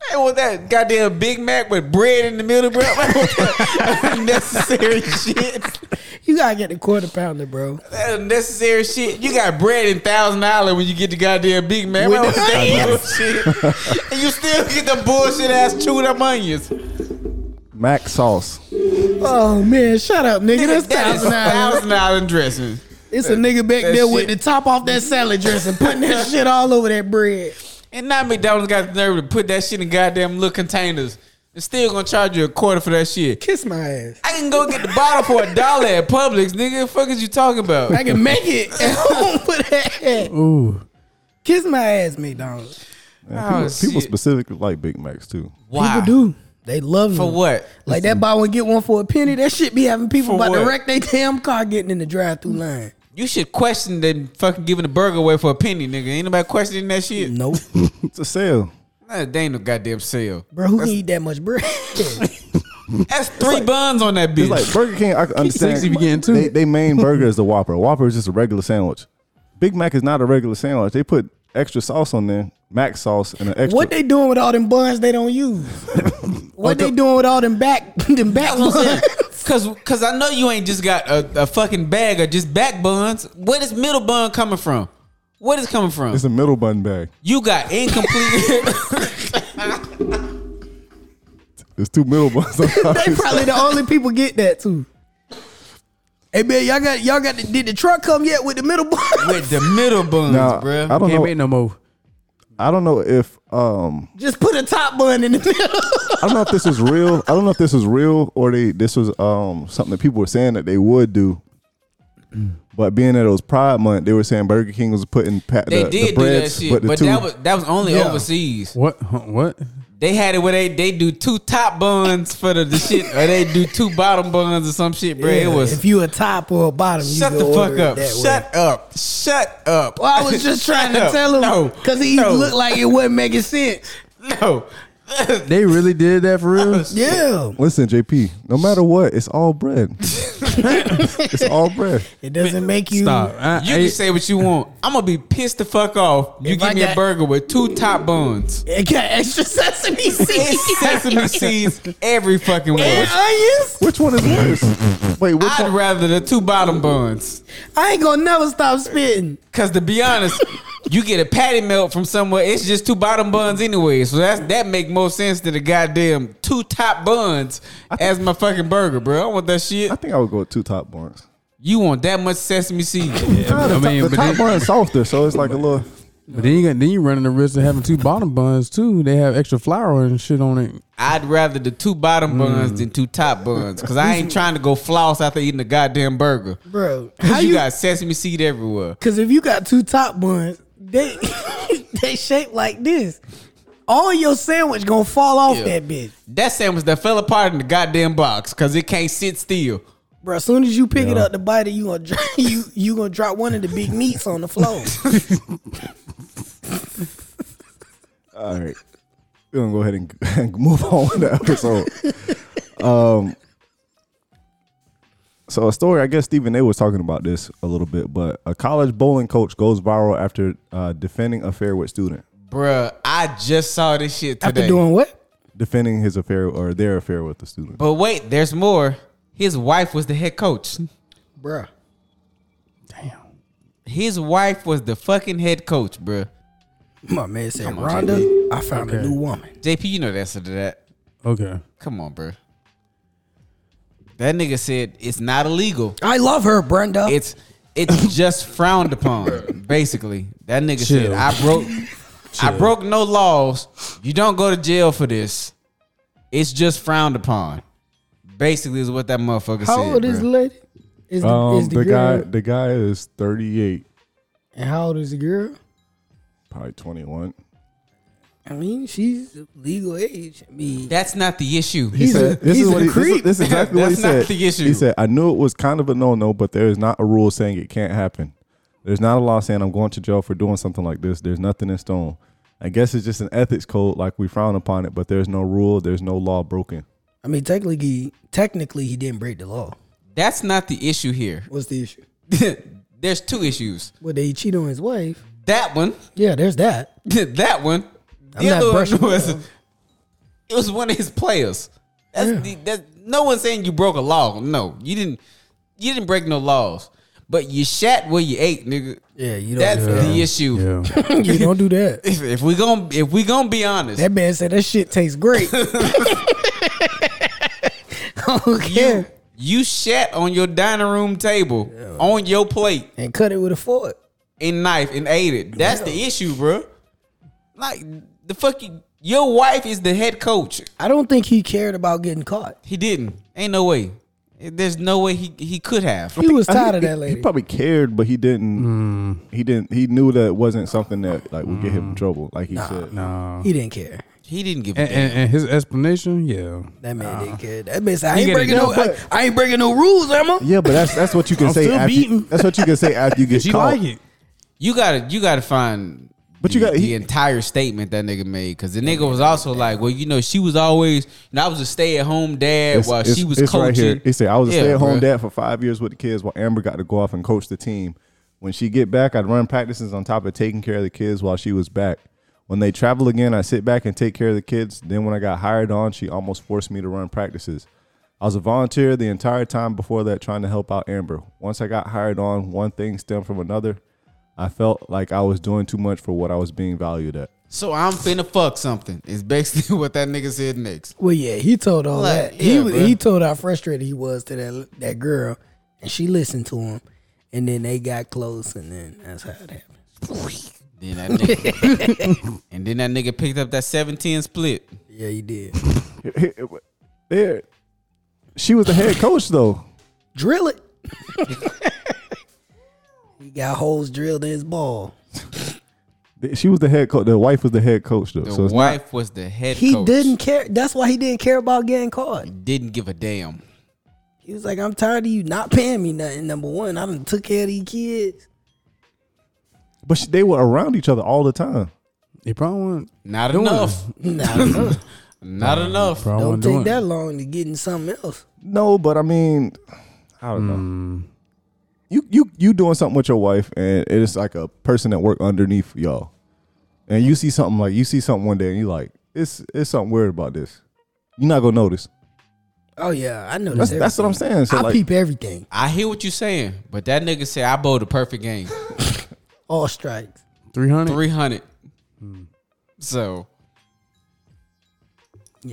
I don't want that goddamn Big Mac with bread in the middle, bro. I don't want that unnecessary shit.
You gotta get the quarter pounder, bro.
That unnecessary shit. You got bread in Thousand Island when you get the goddamn Big Mac. I
With
don't want
the
that bullshit. and you still get the bullshit ass chewed up onions.
Mac sauce.
Oh man, shut up, nigga. That's
That is
thousand dollars.
Thousand Island dressing.
It's a nigga back
that
there with the
shit-
top off that salad dressing, putting that shit all over that bread.
And now McDonald's got the nerve to put that shit in goddamn little containers. It's still gonna charge you a quarter for that shit.
Kiss my ass.
I can go get the bottle for a dollar at Publix, nigga. The fuck is you talking about?
I can make it at home for that.
Ooh,
Kiss my ass, McDonald's.
Man, people,
Oh,
people
shit.
specifically like Big Macs too.
Why?
People do. They love
For
them.
what?
Like that buy one get one for a penny. That shit be having people
For
about to
what?
wreck their damn car getting in the drive through line.
You should question them fucking giving the burger away for a penny, nigga. Ain't nobody questioning that shit.
Mm.
Nope.
It's a sale.
Nah, they ain't no goddamn sale.
Bro, who can eat that much bread?
That's three buns on that bitch.
It's like Burger King. I can understand.
Six if you getting two.
They, they main burger is the Whopper. Whopper is just a regular sandwich. Big Mac is not a regular sandwich. They put extra sauce on there, Mac sauce, and an extra.
what they doing with all them buns they don't use? what they doing with all them back them back
That's what I'm saying.
buns?
Cause, Cause I know you ain't just got a, a fucking bag of just back buns. Where is middle bun coming from? What is coming from?
It's a middle bun bag.
you got incomplete.
There's two middle buns. On top.
they probably the only people get that too. Hey man, y'all got y'all got the, did the truck come yet with the middle bun?
with the middle buns,
Now,
bruh.
I don't
can't
know.
wait no more.
I don't know if um
Just put a top bun in the middle.
I don't know if this was real. I don't know if this was real or they this was um something that people were saying that they would do. But being that it was Pride Month, they were saying Burger King was putting pa-
they
the,
did
the breads,
do that shit,
but the
but
two
that was that was only
Yeah.
overseas.
What? Huh, What?
They had it where they they do two top buns for the, the shit, or they do two bottom buns or some shit, bruh. it was
if you a top or a bottom, you
shut
can
the
order
fuck
it
up,
that way.
shut up, shut up.
Well, I was just trying to
Shut up.
tell him
No.
because he
No.
looked like it wasn't making sense.
No,
They really did that for real?
Yeah,
Listen, JP, no matter what, it's all bread. it's all bread.
it doesn't make you.
Stop. I,
you
I-
can say what you want. I'm gonna be pissed the fuck off. You
If
give
I
me
got-
a burger with two top buns.
It got extra sesame
It's
seeds
sesame seeds every fucking
and
way.
onions.
Which one is worse? Wait, which
I'd
one?
rather the two bottom buns.
I ain't gonna never stop spitting.
Cause to be honest, you get a patty melt from somewhere. It's just two bottom buns anyway. So that's that make more sense than the goddamn two top buns as my fucking burger, bro. I want that shit.
I think I would go with two top buns.
You want that much sesame seeds?
Nah, the
I
top-
mean,
the
but
top
they-
bun is softer, so it's like a little.
But then you got then you running the risk of having two bottom buns too. They have extra flour and shit on it.
I'd rather the two bottom
Mm.
buns than two top buns. Cause I ain't trying to go floss after eating a goddamn burger.
Bro, how
Cause you,
you?
got sesame seed everywhere.
Because if you got two top buns, they they shaped like this. All your sandwich gonna fall off
Yeah.
that bitch,
That sandwich that fell apart in the goddamn box because it can't sit still.
bro. As soon as you pick it up to bite it, you gonna dr- you you gonna drop one of the big meats on the floor.
All right. We're gonna go ahead and, and move on with the episode. um so a story, I guess Stephen A was talking about this a little bit, but a college bowling coach goes viral after uh, defending affair with student.
Bruh, I just saw this shit today.
After doing what?
Defending his affair or their affair with the student.
But wait, there's more. His wife was the head coach.
Bruh.
Damn.
His wife was the fucking head coach, bruh.
My man said, Rhonda, I found a new woman.
JP, you know the answer to that.
Okay.
Come on, bruh. That nigga said it's not illegal.
I love her, Brenda.
It's it's just frowned upon, basically. That nigga said
Chill.
I broke I broke no laws. You don't go to jail for this. It's just frowned upon. Basically, is what that motherfucker
how
said.
old is
bruh.
the lady? Is the,
Um,
is
the,
the, girl?
guy the guy is thirty eight,
And how old is the girl?
probably twenty one.
I mean, she's legal age. I mean,
That's not the issue.
He's a-
this
he's
is
a
what he, this, is,
creep.
this is exactly what he
That's not
said.
the issue.
He said, "I knew it was kind of a no-no, but there is not a rule saying it can't happen. There's not a law saying I'm going to jail for doing something like this. There's nothing in stone. I guess it's just an ethics code, like we frown upon it, but there's no rule. There's no law broken.
I mean, technically, he- technically he didn't break the law.
That's not the issue here.
What's the issue?
There's two issues.
Well, they cheat on his wife.
That one,
Yeah, there's that.
that one.
I'm
The
not
other
brushing
one was
it off.
it was one of his players. That's the, that's no one saying you broke a law. No, you didn't. You didn't break no laws, but you shat where you ate, nigga.
Oh, Yeah, you don't.
That's
do that.
the issue.
Yeah.
you don't do that.
If, if we gon' if we gonna be honest,
That man said that shit tastes great. okay.
you you shat on your dining room table on your plate
And cut it with a fork.
and knife and ate it. That's the issue, bro. Like the fuck you Your wife is the head coach.
I don't think he cared about getting caught.
He didn't. Ain't no way. There's no way he he could have.
He was
I think
tired of
he-
that
He
lady.
probably cared, but he didn't. He didn't. He knew that it wasn't something that like would get him in trouble. Like he said,
Nah.
He didn't care.
He didn't give a
And,
damn.
and, and his explanation, yeah.
That man didn't care. That man said, I
get
ain't
it.
breaking no,
No,
I, I ain't breaking no rules, Emma.
yeah, but that's that's what you can
I'm
say.
still
After,
beaten.
that's what you can say after you get
She
caught.
like it.
You gotta you gotta find
But
the,
you gotta-
the
he-
entire statement that nigga made because the nigga was also like, well, you know, she was always and I was a stay at home dad
It's-
while
it's-
she was
it's
coaching.
Right here. He said, "I was a
Yeah,
stay-at-home
bruh.
dad for five years with the kids, while Amber got to go off and coach the team. When she get back, I'd run practices on top of taking care of the kids while she was back. When they travel again, I sit back and take care of the kids. Then when I got hired on, she almost forced me to run practices. I was a volunteer the entire time before that, trying to help out Amber. Once I got hired on, one thing stemmed from another. I felt like I was doing too much for what I was being valued at.
So I'm finna fuck something. Is basically what that nigga said next.
Well, yeah, he told all
Like,
that. He
yeah,
was
bruh.
he told how frustrated he was to that that girl, and she listened to him, and then they got close, and then that's how it happened.
Then that nigga, and then that nigga picked up that 17 split.
Yeah, he did.
There, she was the head coach though.
Drill it. he got holes drilled in his ball.
She was the head coach. The wife was the head coach though.
The
so it's not-
wife was the head
He
coach.
didn't care. That's why he didn't care about getting caught.
didn't give a damn.
He was like, "I'm tired of you not paying me nothing." Number one, I done took care of these kids.
but she, they were around each other all the time.
He probably wasn't.
Not
Doing
enough.
Nah,
Not enough.
Probably
don't
wasn't
take
doing
that
it.
long to getting something else.
No, but I mean, I don't know. You you you doing something with your wife, and it is like a person that work underneath y'all, and you see something like you see something one day, and you like it's it's something weird about this. You're not gonna notice.
Oh yeah, I know.
That's that's what I'm saying. So
I
like,
peep everything.
I hear what you're saying, but that nigga said I bowled a perfect game.
All strikes.
300?
300.
Hmm.
So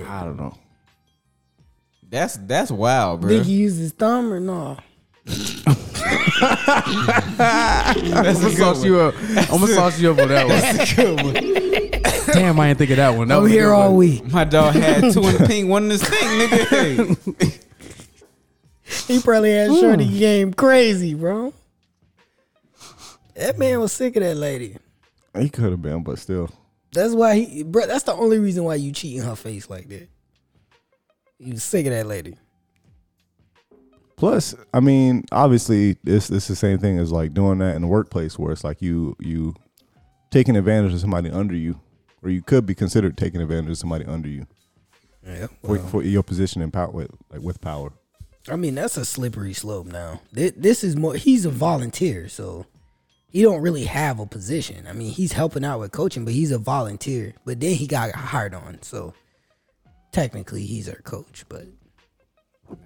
I don't know.
that's that's wild, bro.
Think he used his thumb or no?
That's a
I'm gonna sauce you up. I'm gonna sauce you up on that one. Damn, I didn't think of that one. That
I'm
was a
here
good
all
one.
week.
My dog had two in the pink, one in the stink, nigga. Hey,
He probably had Shorty game crazy, bro. That man was sick of that lady.
He could have been, but still,
That's why he, bro. That's the only reason why you cheat in her face like that. He was sick of that lady.
Plus, I mean, obviously, this this the same thing as like doing that in the workplace, where it's like you you taking advantage of somebody under you, or you could be considered taking advantage of somebody under you
Yeah.
for, for your position and power with like with power.
I mean, that's a slippery slope now. This, this is more. He's a volunteer, so he don't really have a position. I mean, he's helping out with coaching, but he's a volunteer. But then he got hired on, so technically he's our coach. But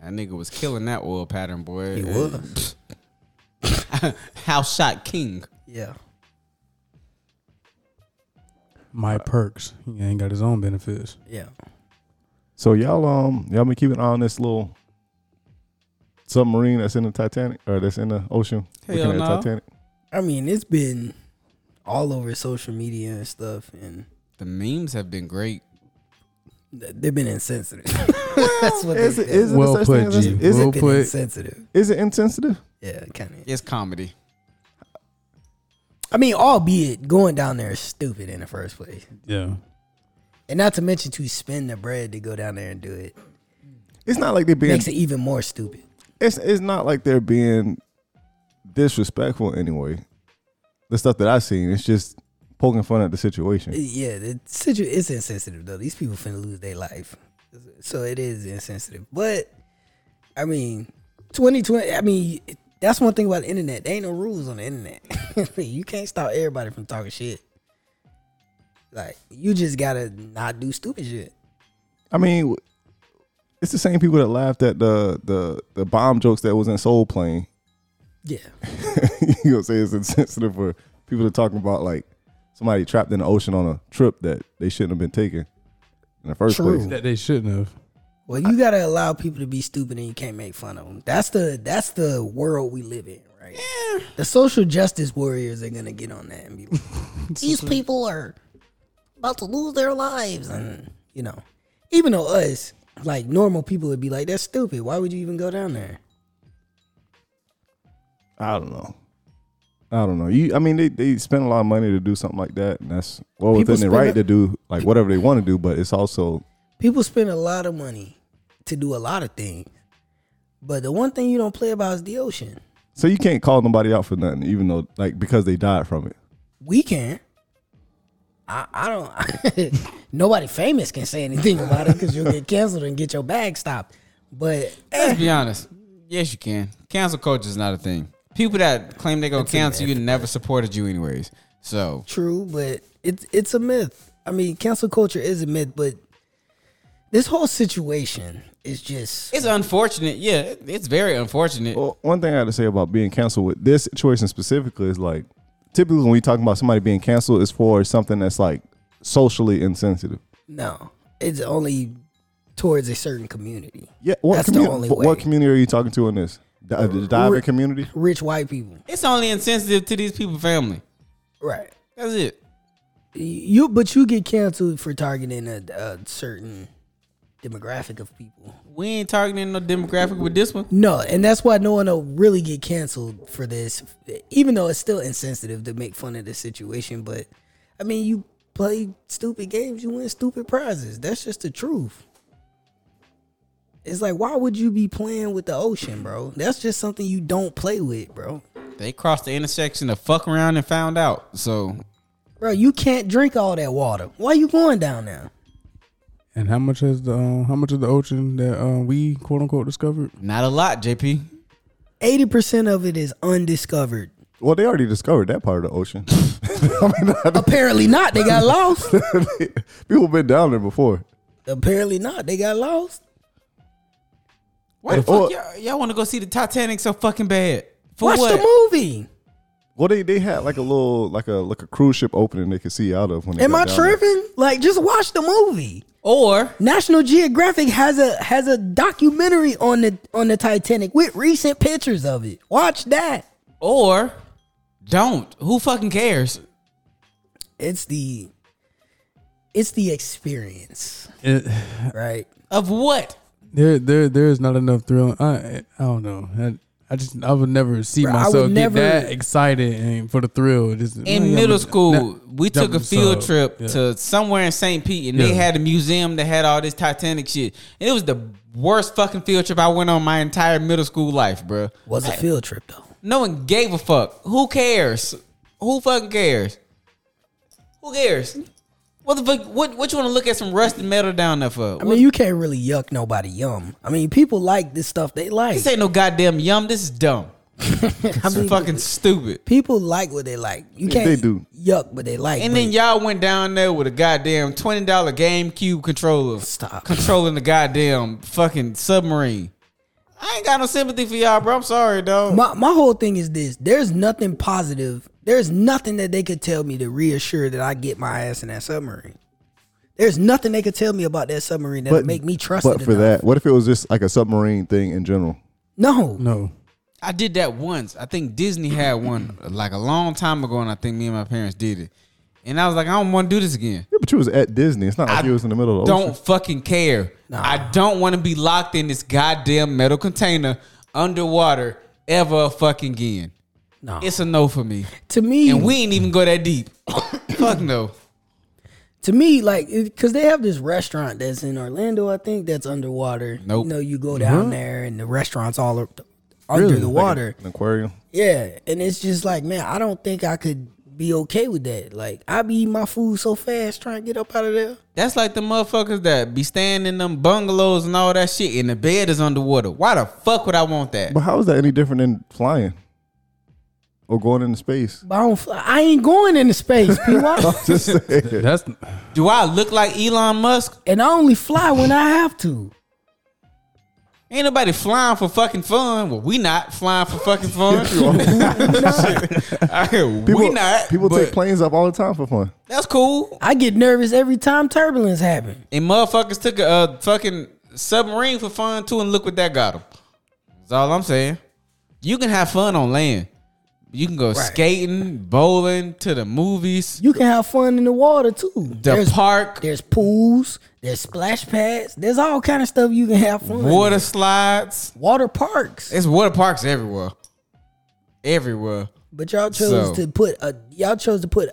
that nigga was killing that oil pattern, boy. Uh,
he was,
House shot king.
yeah.
My perks. He ain't got his own benefits.
Yeah.
So y'all um y'all been keeping an eye on this little submarine that's in the Titanic or that's in the ocean
Hell
looking at the
no.
Titanic.
I mean, it's been all over social media and stuff, and
The memes have been great.
th- they've been insensitive. That's what
Is
they
it is
is
it
Well
such
put,
thing as-
G.
is
Well
it
been
put-
insensitive.
is it insensitive?
Yeah, kind of.
It's comedy.
I mean, albeit going down there is stupid in the first place,
Yeah.
and not to mention to spend the bread to go down there and do it
It's not like they're being
makes it even more stupid.
it's it's not like they're being disrespectful anyway. The stuff that I've seen, it's just poking fun at the situation.
Yeah, the situ- it's insensitive though. These people finna lose their life, so it is insensitive. But I mean, twenty twenty. I mean, that's one thing about the internet. There ain't no rules on the internet. you can't stop everybody from talking shit. Like you just gotta not do stupid shit.
I mean, it's the same people that laughed at the the the bomb jokes that was in Soul Plane.
Yeah,
you know, say it's insensitive for people to talk about like somebody trapped in the ocean on a trip that they shouldn't have been taking in the first
True.
place.
That they shouldn't have.
Well, you gotta allow people to be stupid and you can't make fun of them. That's the that's the world we live in, right? The social justice warriors are gonna get on that and be like, these people are about to lose their lives, and you know, even though us like normal people would be like, that's stupid. Why would you even go down there?
I don't know. I don't know. You, I mean, they, they spend a lot of money to do something like that, and that's well
People
within their
spend
right
a-
to do like whatever they want to do. But it's also
People spend a lot of money to do a lot of things, but the one thing you don't play about is the ocean.
so you can't call nobody out for nothing, even though like because they died from it.
We can. I, I don't. nobody famous can say anything about it because you'll get canceled and get your bag stopped. But
Let's be honest. Yes, you can. Cancel culture is not a thing. People that claim they're gonna cancel you never supported you anyways. So
True, but it's it's a myth. I mean, cancel culture is a myth, but this whole situation is just
it's unfortunate. Yeah, it- it's very unfortunate.
Oh.
Well, one thing I had to say about being canceled with this situation specifically is like typically when we talking about somebody being canceled, it's for something that's like socially insensitive.
no. It's only towards a certain community.
Yeah, what
That's the
community?
only
what, what
way.
community are you talking to in this? Di- uh, The diving
Re-
community?
Rich white people.
It's only insensitive to these people family.
Right.
That's it.
You but you get canceled for targeting a, a certain demographic of people.
We ain't targeting no demographic with this one.
No, and that's why no one will really get canceled for this, even though it's still insensitive to make fun of the situation. But I mean, you play stupid games, you win stupid prizes. That's just the truth. It's like, why would you be playing with the ocean, bro? That's just something you don't play with, bro.
They crossed the intersection to fuck around and found out. So
Bro, you can't drink all that water. Why you going down there?
And how much is the uh, how much of the ocean that uh, we quote unquote discovered?
not a lot, JP.
80% of it is undiscovered.
Well, they already discovered that part of the ocean.
Apparently not. They got lost.
People been down there before.
Apparently not. They got lost.
Why the
Or-
fuck y'all, y'all want to go see the Titanic so fucking bad? For
Watch
what?
the movie.
Well, they, they had like a little like a like a cruise ship opening they could see out of when they
Am I
got down there.
tripping? Like, just watch the movie.
Or
National Geographic has a has a documentary on the on the Titanic with recent pictures of it. Watch that.
or don't. Who fucking cares?
It's the it's the experience,
It,
right?
Of what?
there there there is not enough thrill. I I don't know. I, I just I would never see
Bruh, I would
myself
never-
get that excited and for the thrill. Just,
In
yeah,
middle
but-
school,
nah,
we took a
jumping
field
sub,
trip
uh, yeah.
to somewhere in St. Pete, and they
Yeah.
had a museum that had all this Titanic shit. And it was the worst fucking field trip I went on my entire middle school life, bruh.
Was a field trip though.
No one gave a fuck. Who cares? Who fucking cares? Who cares? What the fuck? What, what you want to look at some rusted metal down there for?
I mean, you can't really yuck nobody yum. I mean, people like this stuff they like.
this ain't no goddamn yum. This is dumb.
I mean,
fucking stupid.
people like what they like. You can't
they do.
yuck, but they like.
And then
but-
y'all went down there with a goddamn twenty dollar GameCube controller.
Stop.
controlling the goddamn fucking submarine. I ain't got no sympathy for y'all, bro. I'm sorry, though.
My my whole thing is this: there's nothing positive. There's nothing that they could tell me to reassure that I get my ass in that submarine. There's nothing they could tell me about that submarine that would make me trust
But
it
for
enough.
that, what if it was just like a submarine thing in general?
No,
No,
I did that once. I think Disney had one like a long time ago, and I think me and my parents did it. And I was like, I don't want to do this again.
Yeah, but you was at Disney. It's not like
I
you was in the middle of the
Don't
ocean.
fucking care. I don't want to be locked in this goddamn metal container underwater ever fucking again.
no.
It's a no for me.
to me,
And we ain't even go that deep. Fuck no.
to me, like because they have this restaurant that's in Orlando, I think that's underwater.
Nope.
You know, you go down there and the restaurant's all up- under the water.
An aquarium.
Yeah, and it's just like, man, I don't think I could be okay with that. Like, I be eating my food so fast trying to get up out of there.
That's like the motherfuckers that be staying in them bungalows and all that shit, and the bed is underwater. Why the fuck would I want that?
But how is that any different than flying or going into space?
But I don't. fly- I ain't going into space, P. Why-
Just saying.
that's
Do I look like Elon Musk?
and I only fly when I have to.
Ain't nobody flying for fucking fun. Well, we not flying for fucking fun.
people,
we not.
people
but
take planes up all the time for fun.
That's cool.
I get nervous every time turbulence happen.
And motherfuckers took a uh, fucking submarine for fun too, and look what that got them. That's all I'm saying. You can have fun on land. You can go skating, bowling, to the movies,
You can have fun in the water too.
the park,
There's pools. There's splash pads. There's all kind of stuff you can have fun. in.
water slides.
water parks.
It's water parks everywhere. Everywhere.
But y'all chose
So-
to put a y'all chose to put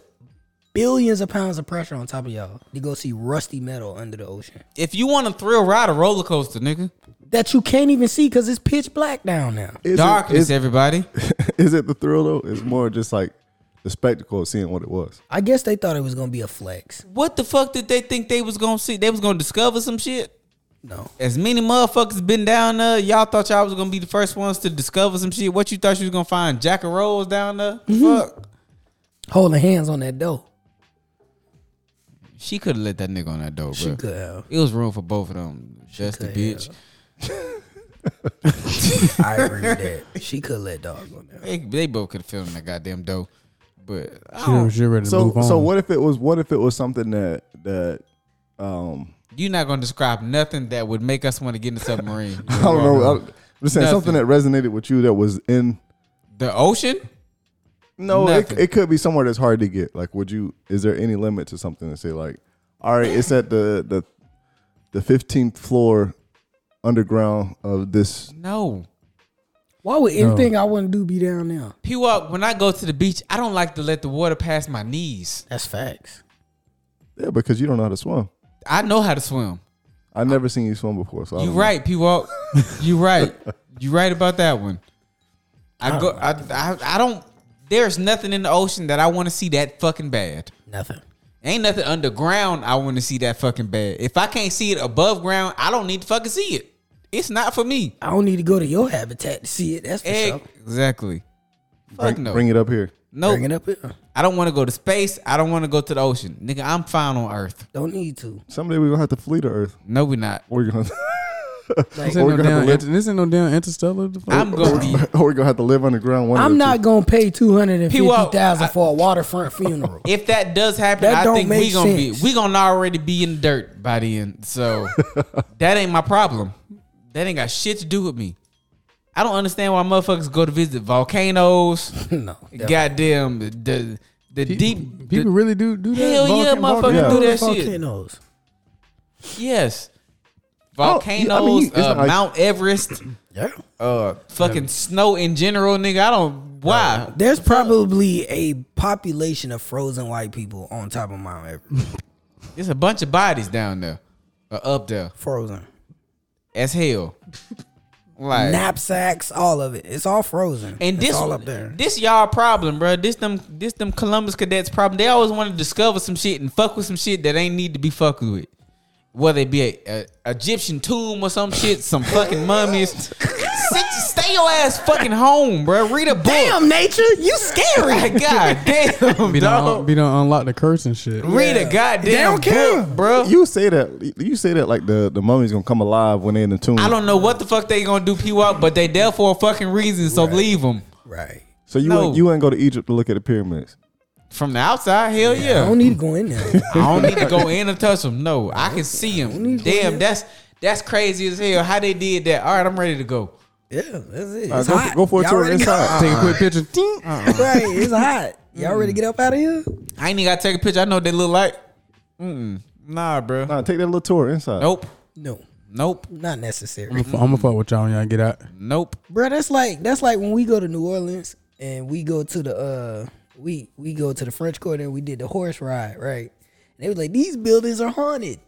billions of pounds of pressure on top of y'all to go see rusty metal under the ocean
If you want a thrill ride, a roller coaster, nigga.
that you can't even see because it's pitch black down now.
Is it-
Darkness,
is-
everybody.
is it the thrill though? It's more just like the spectacle of seeing what it was.
I guess they thought it was gonna be a flex.
What the fuck did they think they was gonna see? They was gonna discover some shit.
No,
As many motherfuckers been down there, y'all thought y'all was gonna be the first ones to discover some shit. What you thought you was gonna find? Jack and Rose down there? Fuck.
holding hands on that dough.
She could have let that nigga on that door,
She
bro.
could have.
It was room for both of them. Just the
could
bitch.
I agree with that. She could let dog on there.
They, they both could have filmed that goddamn dough. But I
She,
don't-
she ready to
So
move on.
so what if it was what if it was something that that um
you're not gonna describe nothing that would make us want to get in the submarine.
I don't know. I, am just saying something that
Nothing.
resonated with you that was in
The ocean?
no, it,
Nothing.
it could be somewhere that's hard to get. Like, would you? Is there any limit to something to say like, all right, it's at the the the fifteenth floor underground of this?
No.
Why would anything I want to do be down there?
P Walk, when I go to the beach, I don't like to let the water pass my knees.
That's facts.
Yeah, because you don't know how to swim.
I know how to swim.
I've never seen you swim before, so I
You
don't know.
right, P Walk. you right. You right about that one. I go I, I I don't there's nothing in the ocean that I want to see that fucking bad.
Nothing.
Ain't nothing underground I want to see that fucking bad. If I can't see it above ground, I don't need to fucking see it. It's not for me.
I don't need to go to your habitat to see it. That's for sure.
Exactly. Fuck
Bring,
no.
bring it up here.
no,
Bring it up here.
I don't want to go to space. I don't want to go to the ocean. Nigga, I'm fine on Earth.
Don't need to.
Someday we're gonna have to flee to Earth.
No, we not.
We're gonna.
This
or
ain't,
we're
no
gonna
damn,
have
inter,
to
this ain't no damn interstellar. The fuck?
I'm gonna be
live. Or we're gonna have to live underground. One of
I'm
the
not gonna pay two hundred and fifty thousand
I-
for a waterfront funeral.
if that does happen,
That
I
don't
think we
make
gonna
sense.
be we gonna already be in the dirt by the end. So that ain't my problem. That ain't got shit to do with me. I don't understand why motherfuckers go to visit volcanoes,
Mm, no,
goddamn the the deep. the-
People really do do that.
Hell yeah,
Vulcan-
motherfucker
Vulcan-
yeah.
do that shit.
volcanoes.
Yes,
Oh, yeah, I mean,
volcanoes,
you- it's
uh,
not like-
Mount Everest,
Yeah.
uh, fucking snow in general, nigga. I don't why.
There's probably a population of frozen white people on top of Mount Everest.
There's a bunch of bodies down there, or up there
Frozen.
as hell. Like
Knapsacks, all of it. It's all frozen.
And
It's
this
all up there.
This y'all problem, bro. This them this them Columbus cadets problem. They always want to discover some shit and fuck with some shit that ain't need to be fucked with. Whether it be a, a Egyptian tomb or some shit, some fucking mummies. Sit, stay your ass fucking home, bro. Read a book.
Damn, nature, you scary.
God damn,
Be done,
dog.
be done unlock the curse and shit.
Read a goddamn
don't care.
book, bro.
You say that. You say that like the the mummy's gonna come alive when they in the tomb.
I don't know what the fuck they gonna do, P Walk, but they there for a fucking reason, so leave them.
right.
So you
No.
ain't, you ain't go to Egypt to look at the pyramids.
From the outside, hell yeah.
I don't need to go in there.
I don't need to go in and touch them. No, I can see him. Damn, that's that's crazy as hell. How they did that? All right, I'm ready to go.
yeah, that's it.
All right,
It's
go,
hot.
go for a
Y'all
tour
ready to go?
inside.
Take a quick picture. Ding.
right, it's hot. Y'all ready to get up out of here?
I ain't even gotta take a picture. I know what they look like. Mm-mm. Nah, bro.
Nah, take that little tour inside.
Nope.
No,
Nope.
not necessary.
I'm
Mm.
gonna fuck with y'all when y'all get out.
Nope.
Bruh, that's like that's like when we go to New Orleans and we go to the uh we we go to the French Quarter and we did the horse ride, right? And they was like, these buildings are haunted,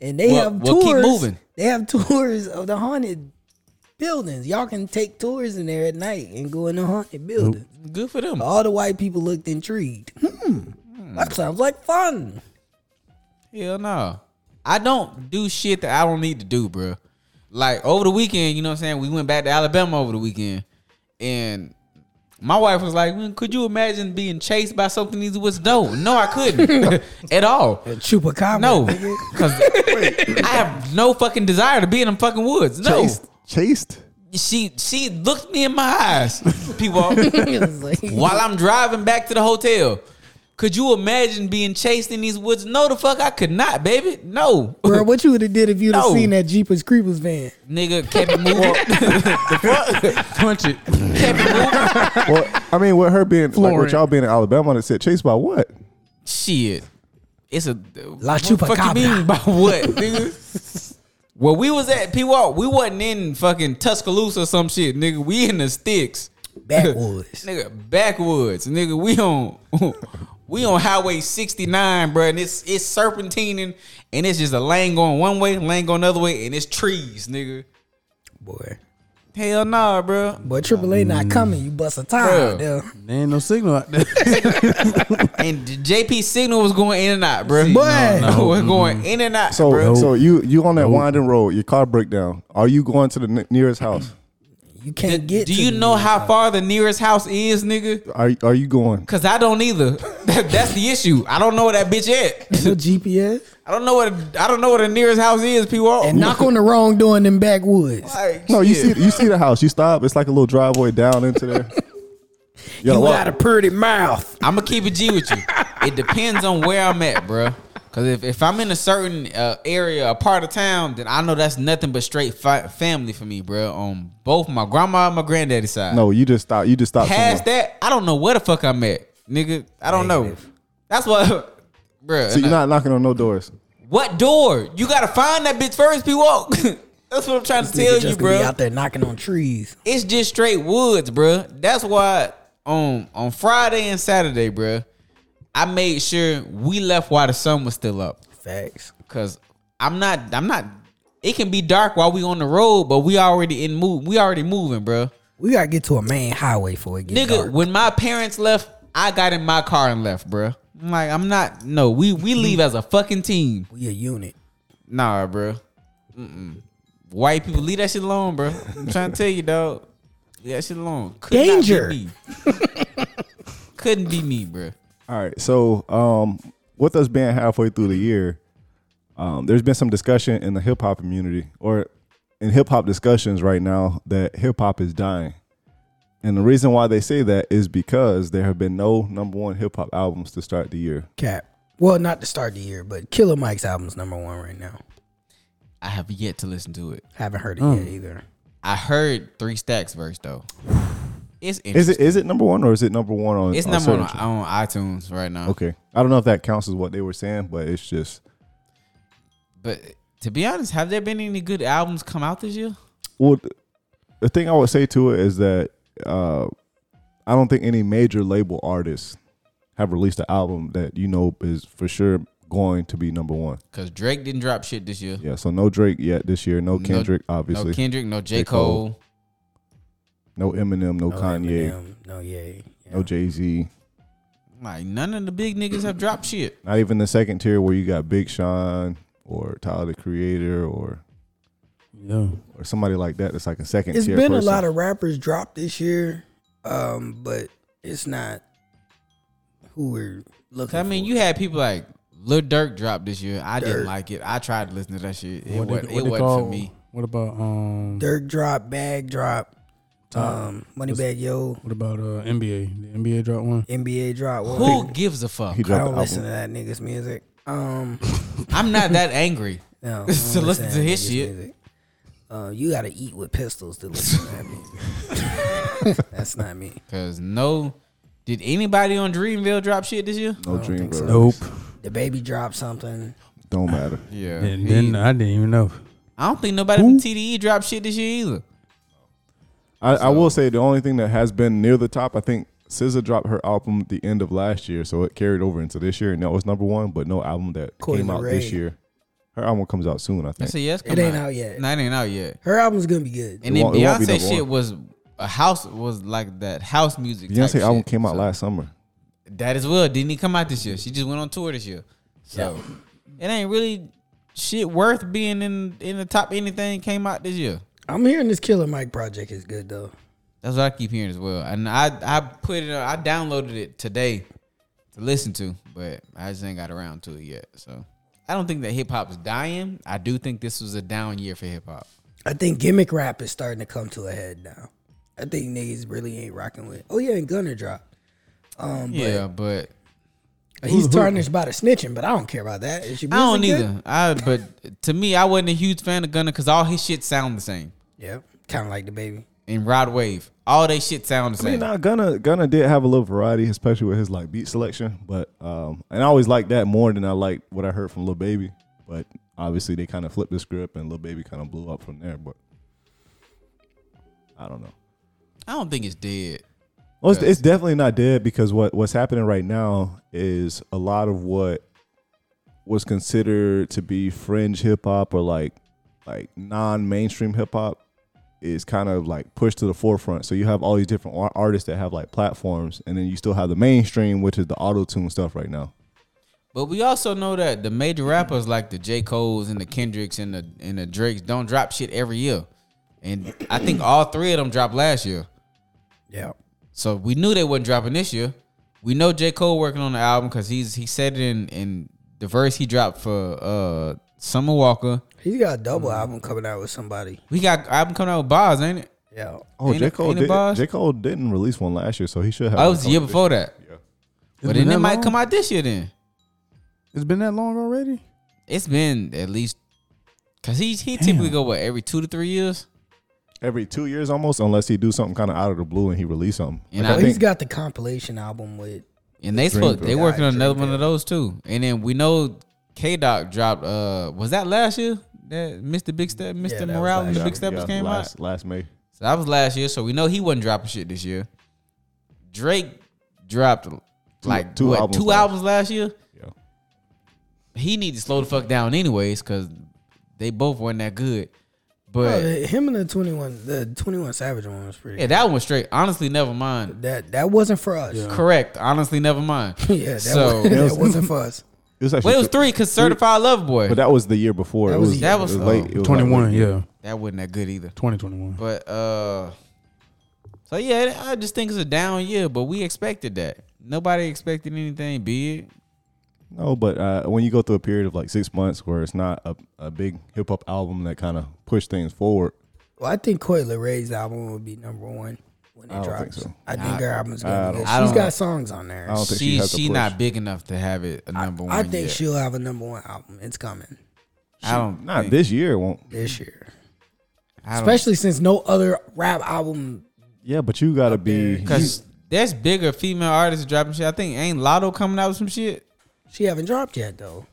and they
Well-
have
well, keep
tours.
moving.
They have tours of the haunted buildings. Y'all can take tours in there at night and go in the haunted building.
Good for them.
All the white people looked intrigued. Hmm, that sounds like fun.
Hell no. I don't do shit that I don't need to do, bro. Like over the weekend, you know what I'm saying? We went back to Alabama over the weekend. And my wife was like, "Man, could you imagine being chased by something these was no? No, I couldn't. At all.
Chupacabra.
No, because I have no fucking desire to be in them fucking woods. No,
Chased, chased.
she she looked me in my eyes, people,
It's like-
while I'm driving back to the hotel. Could you imagine being chased in these woods? No, the fuck, I could not, baby. No,
Bro, what you would have did if you'd have
No.
seen that Jeepers Creepers van?
nigga, kept it moving.
Punch it.
kept it moving.
well, I mean, with her being like
Flooring.
with y'all being in Alabama, that said chased by what?
Shit, it's a
La
what the Fuck
Chupacabra.
you mean by what, nigga? Where we was at P Walk, we wasn't in fucking Tuscaloosa or some shit, nigga. We in the sticks,
Backwoods.
nigga. Backwoods, nigga. We on we on Highway 69, bro, and it's it's serpentining, and it's just a lane going one way, lane going another way, and it's trees, nigga.
boy.
Hell nah, bro.
Boy, Triple A not coming. You bust a tire out
Bro.
there.
There ain't no signal out there.
And the JP signal was going in and out, bro.
Boy. No,
no.
was going in and out,
So,
bro.
so you you on that winding road, your car break down. Are you going to the ne- nearest house?
You can't get.
Do
to
you
the-
know how far the nearest house is, nigga?
Are are you going?
Cause I don't either. That- That's the issue. I don't know where that bitch at.
no GPS?
I don't know what I don't know where the nearest house is. P Walk.
And knock on the wrong door in them backwoods.
Like,
No, you
shit.
see you see the house. You stop. It's like a little driveway down into there. You gotta
You
walk.
got a pretty mouth.
I'm gonna keep it G with you. It depends on where I'm at, bro. Cause if, if I'm in a certain uh, area, a part of town, then I know that's nothing but straight fi- family for me, bro. On both my grandma and my granddaddy side.
No, you just stop. You just stop.
Past
somewhere.
that, I don't know where the fuck I'm at, nigga. I don't know. That's what, bro.
So you're not knocking on no doors.
What door? You gotta find that bitch first, P Walk. That's what I'm trying to tell
Nigga
you,
just gonna be
bro.
out there knocking on trees.
It's just straight woods, bro. That's why on on Friday and Saturday, bro, I made sure we left while the sun was still up.
Facts.
Cause I'm not I'm not it can be dark while we on the road, but we already in move we already moving, bro.
We gotta get to a main highway for it. Get
Nigga,
Nigga,
when my parents left, I got in my car and left, bro. I'm like, I'm not no, we we leave as a fucking team.
we a unit.
Nah, bro. Mm-mm. White people leave that shit alone, bro. I'm trying to tell you, dog. Leave that shit alone. Could not be
Danger.
me. Couldn't be me, bro.
All right. So, um, with us being halfway through the year, um, there's been some discussion in the hip hop community or in hip hop discussions right now that hip hop is dying. And the reason why they say that is because there have been no number one hip hop albums to start the year.
Cap. Well, not to start the year, but Killer Mike's album's number one right now.
I have yet to listen to it.
Haven't heard it
Hmm.
yet either.
I heard Three Stacks verse though. It's
Is
interesting.
it Oh, is it number one or is it number one on?
It's
on
number one
certain-
on iTunes right now.
Okay, I don't know if that counts as what they were saying, but it's just
But to be honest, have there been any good albums come out this year?
Well, th- the thing I would say to it is that uh, I don't think any major label artists have released an album that you know is for sure going to be number one.
Because Drake didn't drop shit this year.
Yeah, so no Drake yet this year, no Kendrick, obviously,
No Kendrick, no J.
J. Cole.
Cole.
no Eminem, no,
No
Kanye,
Eminem, No Ye.
no Jay Z.
Like none of the big niggas have dropped shit.
Not even the second tier where you got Big Sean or Tyler the Creator or
Yeah.
or somebody like that. That's like a 2nd
It's
tier.
been
person.
a lot of rappers dropped this year, um, but it's not who we're looking.
I mean,
for.
you had people like Lil Durk dropped this year. I didn't
Durk.
like it. I tried to listen to that shit. It
What
wasn't,
they- what
it
they
wasn't
call-
for me.
What about um?
Dirk drop, Bag drop, um, Moneybag Yo,
What about uh NBA? The NBA dropped one.
NBA drop. Well,
Who gives a fuck?
He
I
dropped
don't
the
listen to
album.
that nigga's music. Um,
I'm not that angry.
no, I don't
To listen to
that
his
nigga's
shit.
music. Uh, you gotta eat with pistols to listen to that music. That's not me.
Cause no, did anybody on Dreamville drop shit this year?
No Dream
think so.
Bro.
Nope.
The baby dropped something.
Don't matter.
Yeah.
And then I didn't even know.
I don't think nobody from TDE dropped shit this year either.
I, I will say the only thing that has been near the top, I think SZA dropped her album at the end of last year, so it carried over into this year, and that was number one. But no album that
Coi
came out this
Leray.
year. Her album comes out soon, I think.
That's a yes.
It ain't out yet.
No, it ain't out yet.
Her album's gonna be good.
It
And then
won't- it won't be
Beyonce
number
shit
one.
was a house was like that house music. type
Beyonce album
shit.
came out
So
last summer.
That as well didn't even come out this year. She just went on tour this year. So it ain't really shit worth being in in the top. Anything came out this year.
I'm hearing this Killer Mike project is good though.
That's what I keep hearing as well. And I I put it I downloaded it today to listen to, but I just ain't got around to it yet. So I don't think that hip hop's dying. I do think this was a down year for hip hop.
I think gimmick rap is starting to come to a head now. I
Um,
think niggas really ain't rocking with. Oh yeah, and Gunner dropped.
Yeah, but
He's tarnished by the snitching, but I don't care about that. Is your
I don't
music good?
either. I but to me, I wasn't a huge fan of Gunna because all his shit sound the same.
Yep, kind of like the baby.
And Rod Wave, all they shit sound the
I mean,
same.
nah, Gunna Gunna did have a little variety, especially with his like beat selection. But um, and I always liked that more than I liked what I heard from Lil Baby. But obviously, they kind of flipped the script, and Lil Baby kind of blew up from there. But I don't know.
I don't think it's dead.
Well, Oh, it's, it's definitely not dead because what what's happening right now is a lot of what was considered to be fringe hip hop or like like non mainstream hip hop is kind of like pushed to the forefront. So you have all these different ar- artists that have like platforms, and then you still have the mainstream, which is the auto tune stuff right now.
But we also know that the major rappers like the J. Cole's and the Kendricks and the and the Drakes don't drop shit every year. And I think all three of them dropped last year.
Yeah,
So we knew they wasn't dropping this year. We know J. Cole working on the album because he's he said it in in the verse he dropped for uh Summer Walker.
he's got a double album coming out with somebody.
We got album coming out with bars, ain't it?
Yeah,
Oh,
Ain't
J
it-
Cole
ain't it
did,
bars?
J Cole didn't release one last year, so he should have.
Oh, it
one
was the year
coming.
before that.
Yeah.
But
been
then it
that
might
long?
come out this year then.
It's been that long already.
It's been at least cause he he typically go what every two to three years?
Every two years almost, unless he do something kind of out of the blue and he release something.
And
Like,
I
well,
think-
he's got the compilation album with.
And they supposed
Dreamville.
they working on another one
Dreamville.
of those too. And then we know K Doc dropped uh was that last year? That Mr. Big Step,
that
Mr.
was
Morale and
last
the Big
yeah,
Steppers came out.
last, last May.
So that was last year. So we know he wasn't dropping shit this year. Drake dropped like
two
what,
albums
two
last-
albums last year.
Yeah.
He needed to slow the fuck down anyways because they both weren't that good.
Oh,
But
him and the twenty one, the twenty one Savage one was pretty.
yeah, that one straight. Honestly, never mind.
that that wasn't for us. Yeah,
Correct. Honestly, never mind.
that,
so
was, that wasn't for us.
It was actually
well, it was
two-
three because Certified Love Boy.
But that was the year before.
That
it
was
was,
the year
That was-
it
before.
late. it was like
21,
late.
yeah.
that wasn't that good either.
2021.
But uh so yeah, I just think it's a down year, but we expected that. Nobody expected anything big.
No, but uh, when you go through a period of like six months where it's not a, a big hip hop album that kind of push things forward,
Well, I think Coyle Ray's album would be number one when it
I don't think
drops.
so.
I think her album's
I
gonna be
don't-
good.
I
She's
don't-
got songs on there.
I don't think she
She
has the
she
push.
not big enough to have it a number one.
I think
yet.
she'll have a number one album. It's coming
I don't
not
think-
this year it won't.
this year,
Mm-hmm. I don't,
especially since no other rap album.
Yeah, but you gotta be.
because there's bigger female artists dropping shit. I think ain't Lotto coming out with some shit.
She haven't dropped yet though.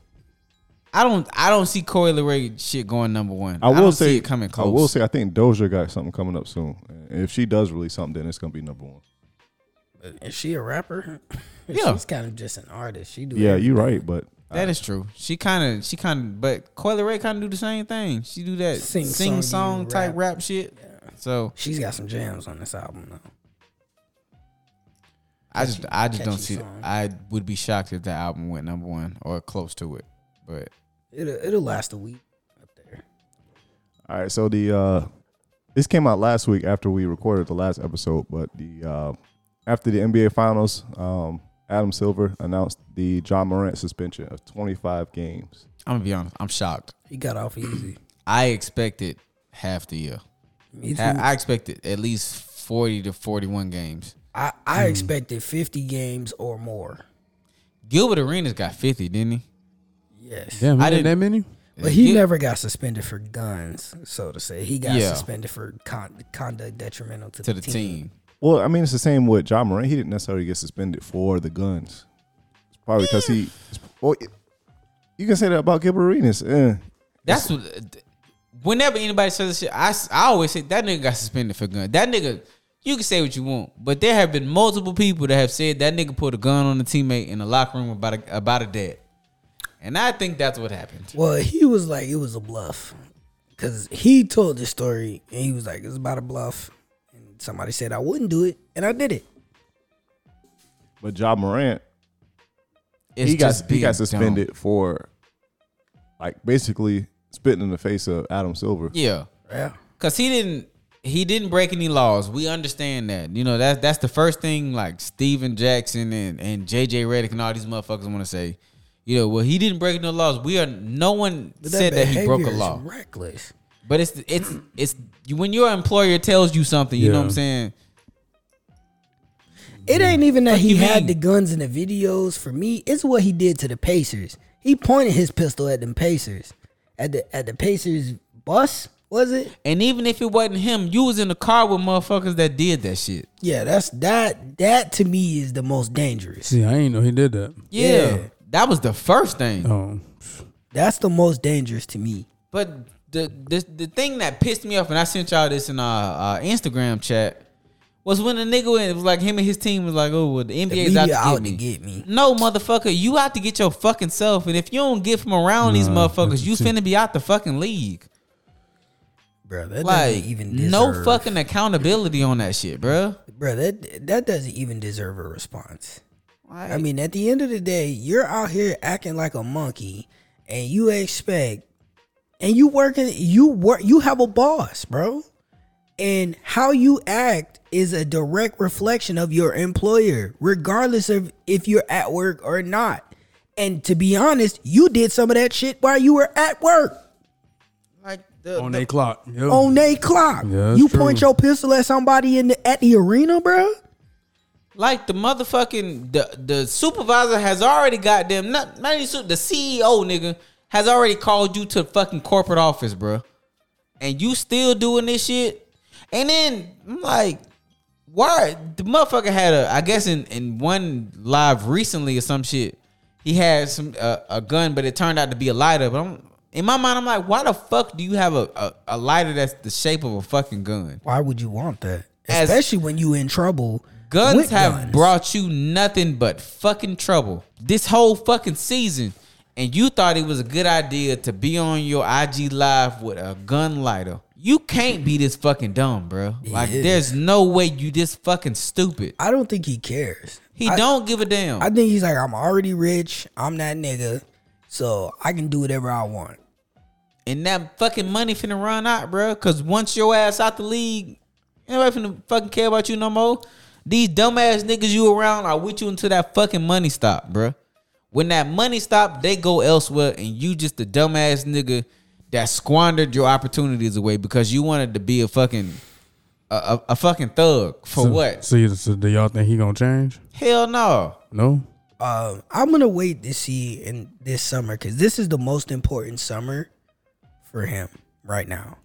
I don't I don't see Corey LeRae shit going number one.
I will
don't
say
see it coming close.
I will say I think Doja got something coming up soon. And if she does release something, then it's gonna be number one.
Is she a rapper?
Yeah.
she's kind of just an artist. She do.
Yeah,
Yeah,
you're right, but
that is true. She kind of she kind of but Corey LeRae kind of do the same thing. She do that
Sing
sing,
song,
song,
you
type
rap.
rap, shit. So
she's got some jams on this album though.
I just I just don't
catchy
see.
song.
I would be shocked if that album went number one or close to it. But
It'll it'll last a week up there.
All right, so the uh this came out last week after we recorded the last episode, but the uh after the NBA finals, um Adam Silver announced the John Morant suspension of 25 games.
I'm gonna be honest. I'm shocked.
He got off easy.
I expected half the year.
Me too.
I, I expected at least forty to forty-one games.
I,
Mm-hmm.
I expected 50 games or more.
Gilbert Arenas got fifty, didn't he?
Yes.
Damn,
I
I did
didn't-
that many.
But he
Gil-
never got suspended for guns, so to say. He got
Yeah.
suspended for con- conduct detrimental to,
to the team.
Well, I mean, it's the same with John Morant. He didn't necessarily get suspended for the guns. It's probably because he. it's- Well, it- you can say that about Gilbert Arenas. Eh.
That's what. Whenever anybody says this shit, I, s- I always say that nigga got suspended for gun. That nigga, you can say what you want, but there have been multiple people that have said that nigga put a gun on a teammate in the locker room about a, about a dad, and I think that's what happened.
Well, he was like, it was a bluff. Because he told the story, and he was like, it was about a bluff. And somebody said, I wouldn't do it, and I did it.
But John Morant,
It's
he got
just
he
being dumb.
got suspended for, like, basically spitting in the face of Adam Silver.
Yeah,
Yeah.
cause he didn't he didn't break any laws. We understand that. You know that's that's the first thing like Steven Jackson and and JJ Redick and all these motherfuckers want to say. You know, well, he didn't break no laws. We are no one said that he broke a
behavior is
law.
Reckless.
But it's it's it's you, when your employer tells you something, you know what I'm
Yeah.
saying.
It ain't even that
Fuck
he
you
had
mean?
the guns in the videos. For me, it's what he did to the Pacers. He pointed his pistol at them Pacers, at the at the Pacers bus. Was it?
And even if it wasn't him, you was in the car with motherfuckers that did that shit.
Yeah, that's that. That to me is the most dangerous.
See, I ain't know he did that.
Yeah.
Yeah.
That was the first thing.
Oh,
That's the most dangerous to me.
But the, the the thing that pissed me off, and I sent y'all this in our, our Instagram chat, was when the nigga went, it was like him and his team was like, oh, well, the
The
NBA's
media
out, to,
out
get
to
me.
get me.
No, motherfucker, you out to get your fucking self, and if you don't get from around these
Nah,
motherfuckers, you
that's it.
finna be out the fucking league.
bro. That
Like,
doesn't even deserve,
no fucking accountability on that shit, bruh.
bro. That that doesn't even deserve a response. I
Like,
mean, at the end of the day, you're out here acting like a monkey, and you expect, and you working, you work, you have a boss, bro, and how you act is a direct reflection of your employer, regardless of if you're at work or not. And to be honest, you did some of that shit while you were at work
like the,
on
the-
that clock. Yeah.
on a clock.
Yeah, that's
you point
true.
your pistol at somebody in the, at the arena, bro.
Like the motherfucking the the supervisor has already got them not not even su- the CEO nigga has already called you to fucking corporate office, bruh. And you still doing this shit. And then I'm like, why the motherfucker had a I guess in in one live recently or some shit. He had some uh, a gun, but it turned out to be a lighter. But I'm in my mind, I'm like, why the fuck do you have a, a, a lighter that's the shape of a fucking gun?
Why would you want that?
As-
Especially when you in trouble.
Guns
with
have
guns.
brought you nothing but fucking trouble this whole fucking season. And you thought it was a good idea to be on your IG live with a gun lighter. You can't be this fucking dumb, bro. Like,
Yeah.
there's no way you this fucking stupid.
I don't think he cares.
He
I-
don't give a damn.
I think he's like, I'm already rich. I'm that nigga, so I can do whatever I want.
and that fucking money finna run out, bro. Cause once your ass out the league, anybody finna fucking care about you no more. These dumbass niggas you around are with you until that fucking money stop, bro. When that money stop, they go elsewhere, and you just the dumbass nigga that squandered your opportunities away because you wanted to be a fucking a, a, a fucking thug for
So-
what?
See, so do y'all think he gonna change?
Hell no.
No.
Um, I'm gonna wait to see in this summer because this is the most important summer for him right now.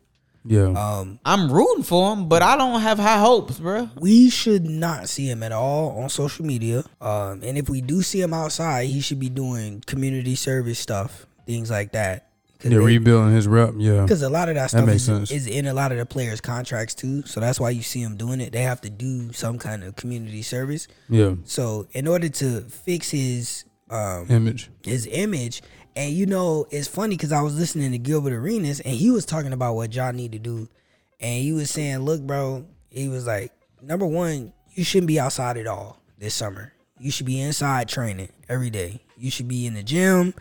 Yeah.
Um,
I'm rooting for him, but I don't have high hopes, bro.
we should not see him at all on social media. Um, and if we do see him outside, he should be doing community service stuff, things like that. 'Cause
yeah,
they-
rebuilding his rep. Yeah.
Because a lot of that stuff
makes
is,
sense.
is in a lot of the players' contracts too, so that's why you see them doing it. They have to do some kind of community service.
Yeah.
So in order to fix his um,
Image.
his image, and you know, it's funny because I was listening to Gilbert Arenas, and he was talking about what y'all need to do, and he was saying, "Look, bro," he was like, "Number one, you shouldn't be outside at all this summer. You should be inside training every day. You should be in the gym."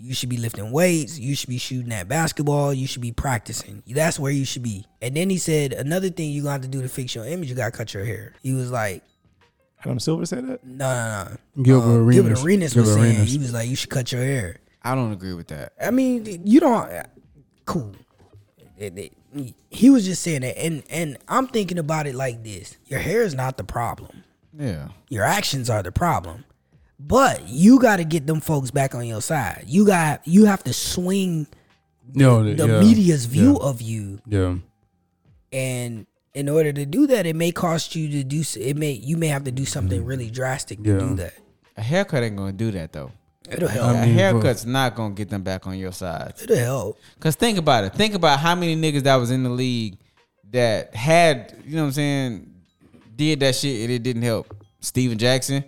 You should be lifting weights. You should be shooting at basketball. You should be practicing. That's where you should be. And then he said, another thing you're going to have to do to fix your image, you got to cut your hair. He was like,
Adam Silver said that.
no, no, no.
Gilbert
Um,
Arenas.
Gilbert Arenas was
Gilbert
saying,
Arenas.
he was like, you should cut your hair.
I don't agree with that.
I mean, you don't. Cool. It- it- He was just saying that, and and I'm thinking about it like this: your hair is not the problem;
Yeah.
your actions are the problem. But you got to get them folks back on your side. You got you have to swing
No,
the
yeah.
media's view
Yeah.
of you,
Yeah.
and in order to do that, it may cost you to do. s- It may you may have to do something really drastic to
Yeah.
do that.
A haircut ain't gonna do that though.
It'll help.
A
I mean, but-
haircut's not gonna get them back on your side.
It'll help.
Cause think about it. Think about how many niggas that was in the league that had, you know what I'm saying, did that shit and it didn't help. Steven Jackson,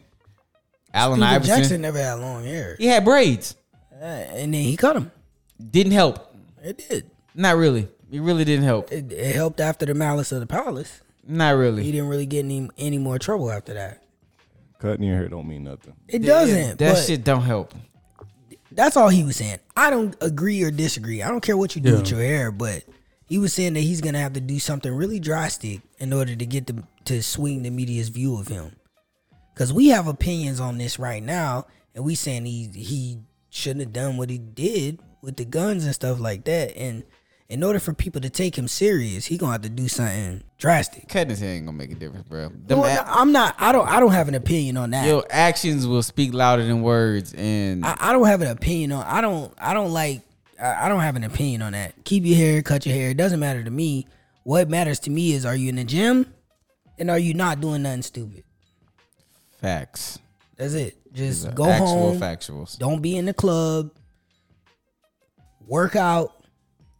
Allen
Steven
Iverson.
Jackson never had long hair,
He had braids.
Uh, and then he cut him.
Didn't help.
It did.
Not really. It really didn't help.
it, it helped after the malice of the palace.
Not
He
really.
didn't really get any any more trouble after that.
Cutting your hair don't mean nothing.
It doesn't.
That
but
shit don't help.
That's all he was saying. I don't agree or disagree. I don't care what you do
Yeah.
with your hair, but he was saying that he's gonna have to do something really drastic in order to get the to swing the media's view of him. Cause we have opinions on this right now, and we saying he he shouldn't have done what he did with the guns and stuff like that. And in order for people to take him serious, he gonna have to do something drastic.
Cutting his hair ain't gonna make a difference, bro. Them
Well,
ac-
I'm not. I don't. I don't have an opinion on that.
your actions will speak louder than words, and
I, I don't have an opinion on. I don't. I don't like. I, I don't have an opinion on that. Keep your hair, cut your hair. It doesn't matter to me. What matters to me is are you in the gym, and are you not doing nothing stupid?
facts.
That's it. Just go
Actual
home.
factuals.
Don't be in the club. Work out.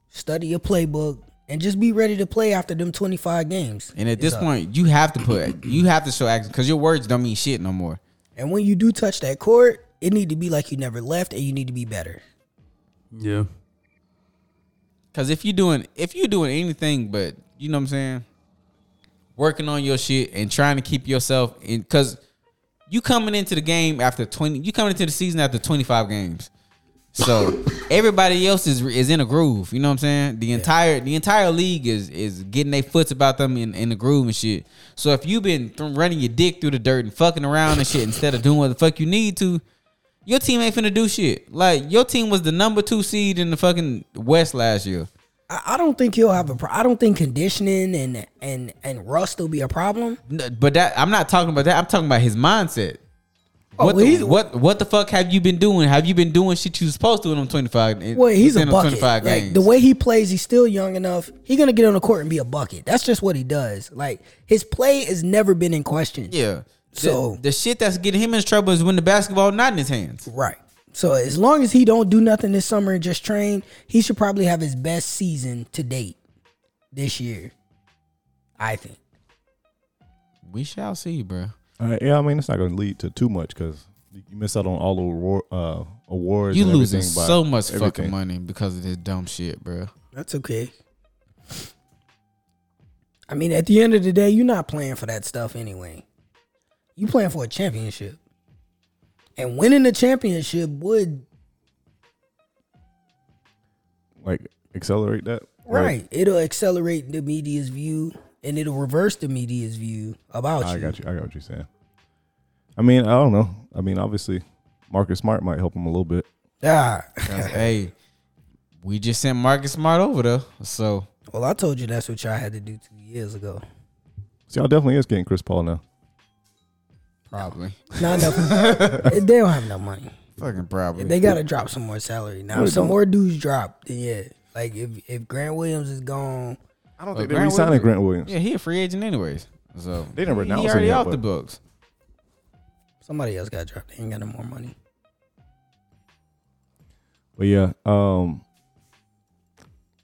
Study your playbook, and just be ready to play after them 25 games.
And at
It's
this
up.
point, you have to put you have to show action because your words don't mean shit no more.
and when you do touch that court, it need to be like you never left, and you need to be better.
Yeah.
Cause if you doing if you doing anything but you know what I'm saying, working on your shit and trying to keep yourself in cause you coming into the game after twenty you coming into the season after twenty five games. So everybody else is is in a groove. You know what I'm saying? The entire the entire league is is getting their foots about them in, in the groove and shit. So if you've been th- running your dick through the dirt and fucking around and shit instead of doing what the fuck you need to, your team ain't finna do shit. Like your team was the number two seed in the fucking West last year.
I, I don't think he'll have a. Pro- I don't think conditioning and and and rust will be a problem.
No, but that I'm not talking about that. I'm talking about his mindset.
Oh,
what,
well,
the,
he's-
what what the fuck have you been doing? Have you been doing shit you supposed to in them 25? in-
Well, he's a
within them
bucket. Like
games?
the way he plays, he's still young enough. He's gonna get on the court and be a bucket. That's just what he does. Like his play has never been in question.
yeah. The-
So-
the, shit that's getting him in trouble is when the basketball not in his hands.
Right. So as long as he don't do nothing this summer and just train, he should probably have his best season to date this year. I think.
We shall see, bro.
Uh, yeah, I mean it's not going to lead to too much because you miss out on all the award, uh, awards.
You
and
losing
everything by
so much
everything.
fucking money because of this dumb shit, bro.
That's okay. I mean, at the end of the day, you're not playing for that stuff anyway. You playing for a championship. And winning the championship would
Like accelerate that.
right. It'll accelerate the media's view and it'll reverse the media's view about
I
you.
got you. I got what you're saying. I mean, I don't know. I mean, obviously, Marcus Smart might help him a little bit.
Ah.
'Cause, hey, we just sent Marcus Smart over there, so
Well, I told you that's what y'all had to do two years ago.
So y'all definitely is getting Chris Paul now.
probably
Not enough. they don't have enough money.
fucking probably.
They gotta drop some more salary. Now if some more dudes drop, then yeah. Like if if Grant Williams is gone,
I don't
think
think
they
they re-signing
Williams-
Grant Williams.
yeah, he a free agent anyways. So
They didn't
he-
renounce
He
him
already
yet,
off
but-
the books.
somebody else got dropped. They ain't got no more money.
But yeah, um,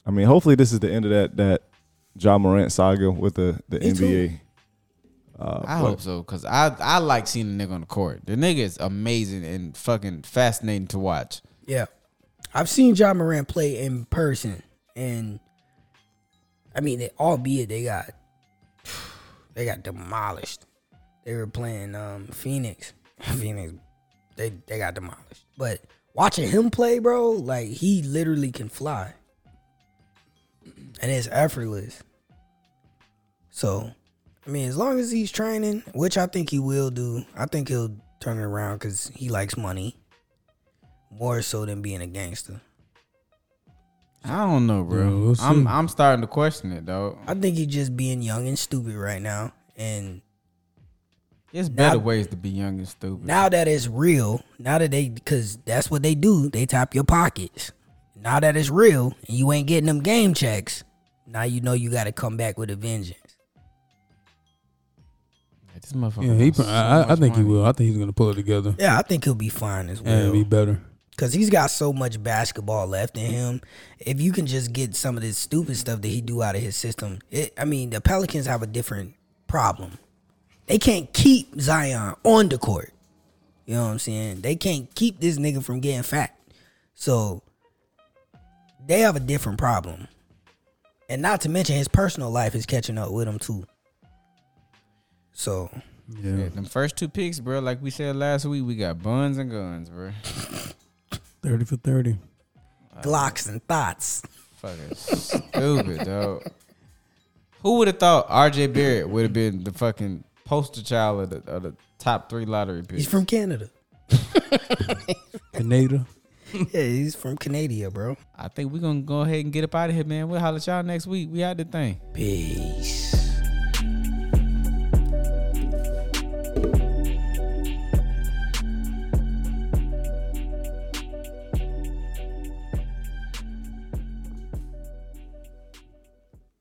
I mean, hopefully this is the end of that that John Morant saga with the the
Me too.
NBA. Uh,
I
but
hope so, cause I I like seeing the nigga on the court. The nigga is amazing and fucking fascinating to watch.
Yeah. I've seen John Moran play in person and I mean they albeit they got they got demolished. They were playing um Phoenix. Phoenix they they got demolished. But watching him play, bro, like he literally can fly. And it's effortless. So, I mean, as long as he's training, which I think he will do, I think he'll turn it around because he likes money more so than being a gangster.
I don't know, bro.
Yeah, we'll
I'm
see.
I'm starting to question it, dog.
I think he's just being young and stupid right now. And
It's
Now-
better ways to be young and stupid.
now that it's real, now that they, because that's what they do, they top your pockets. Now that it's real and you ain't getting them game checks, now you know you got to come back with a vengeance.
this motherfucker.
Yeah, he.
wants
pro- I,
so
I- I
much
think he
money.
will. I think he's gonna pull it together
Yeah, I think he'll be fine as well.
and be better.
Cause he's got so much basketball left in him. If you can just get some of this stupid stuff that he do out of his system, it, I mean, the Pelicans have a different problem. They can't keep Zion on the court. You know what I'm saying? They can't keep this nigga from getting fat. So they have a different problem. And not to mention his personal life is catching up with him too. So
Yeah, them first two picks, bro. Like we said last week, we got buns and guns, bro.
Thirty for thirty.
Glocks and thoughts.
Fucking stupid, dog. Who would have thought R.J. Barrett would have been the fucking poster child of the, of the top three lottery
He's
picks?
from Canada.
Pineda.
Yeah, he's from Canada, bro.
I think we're gonna go ahead and get up out of here, man. We'll holler at y'all next week. We out the thing.
Peace.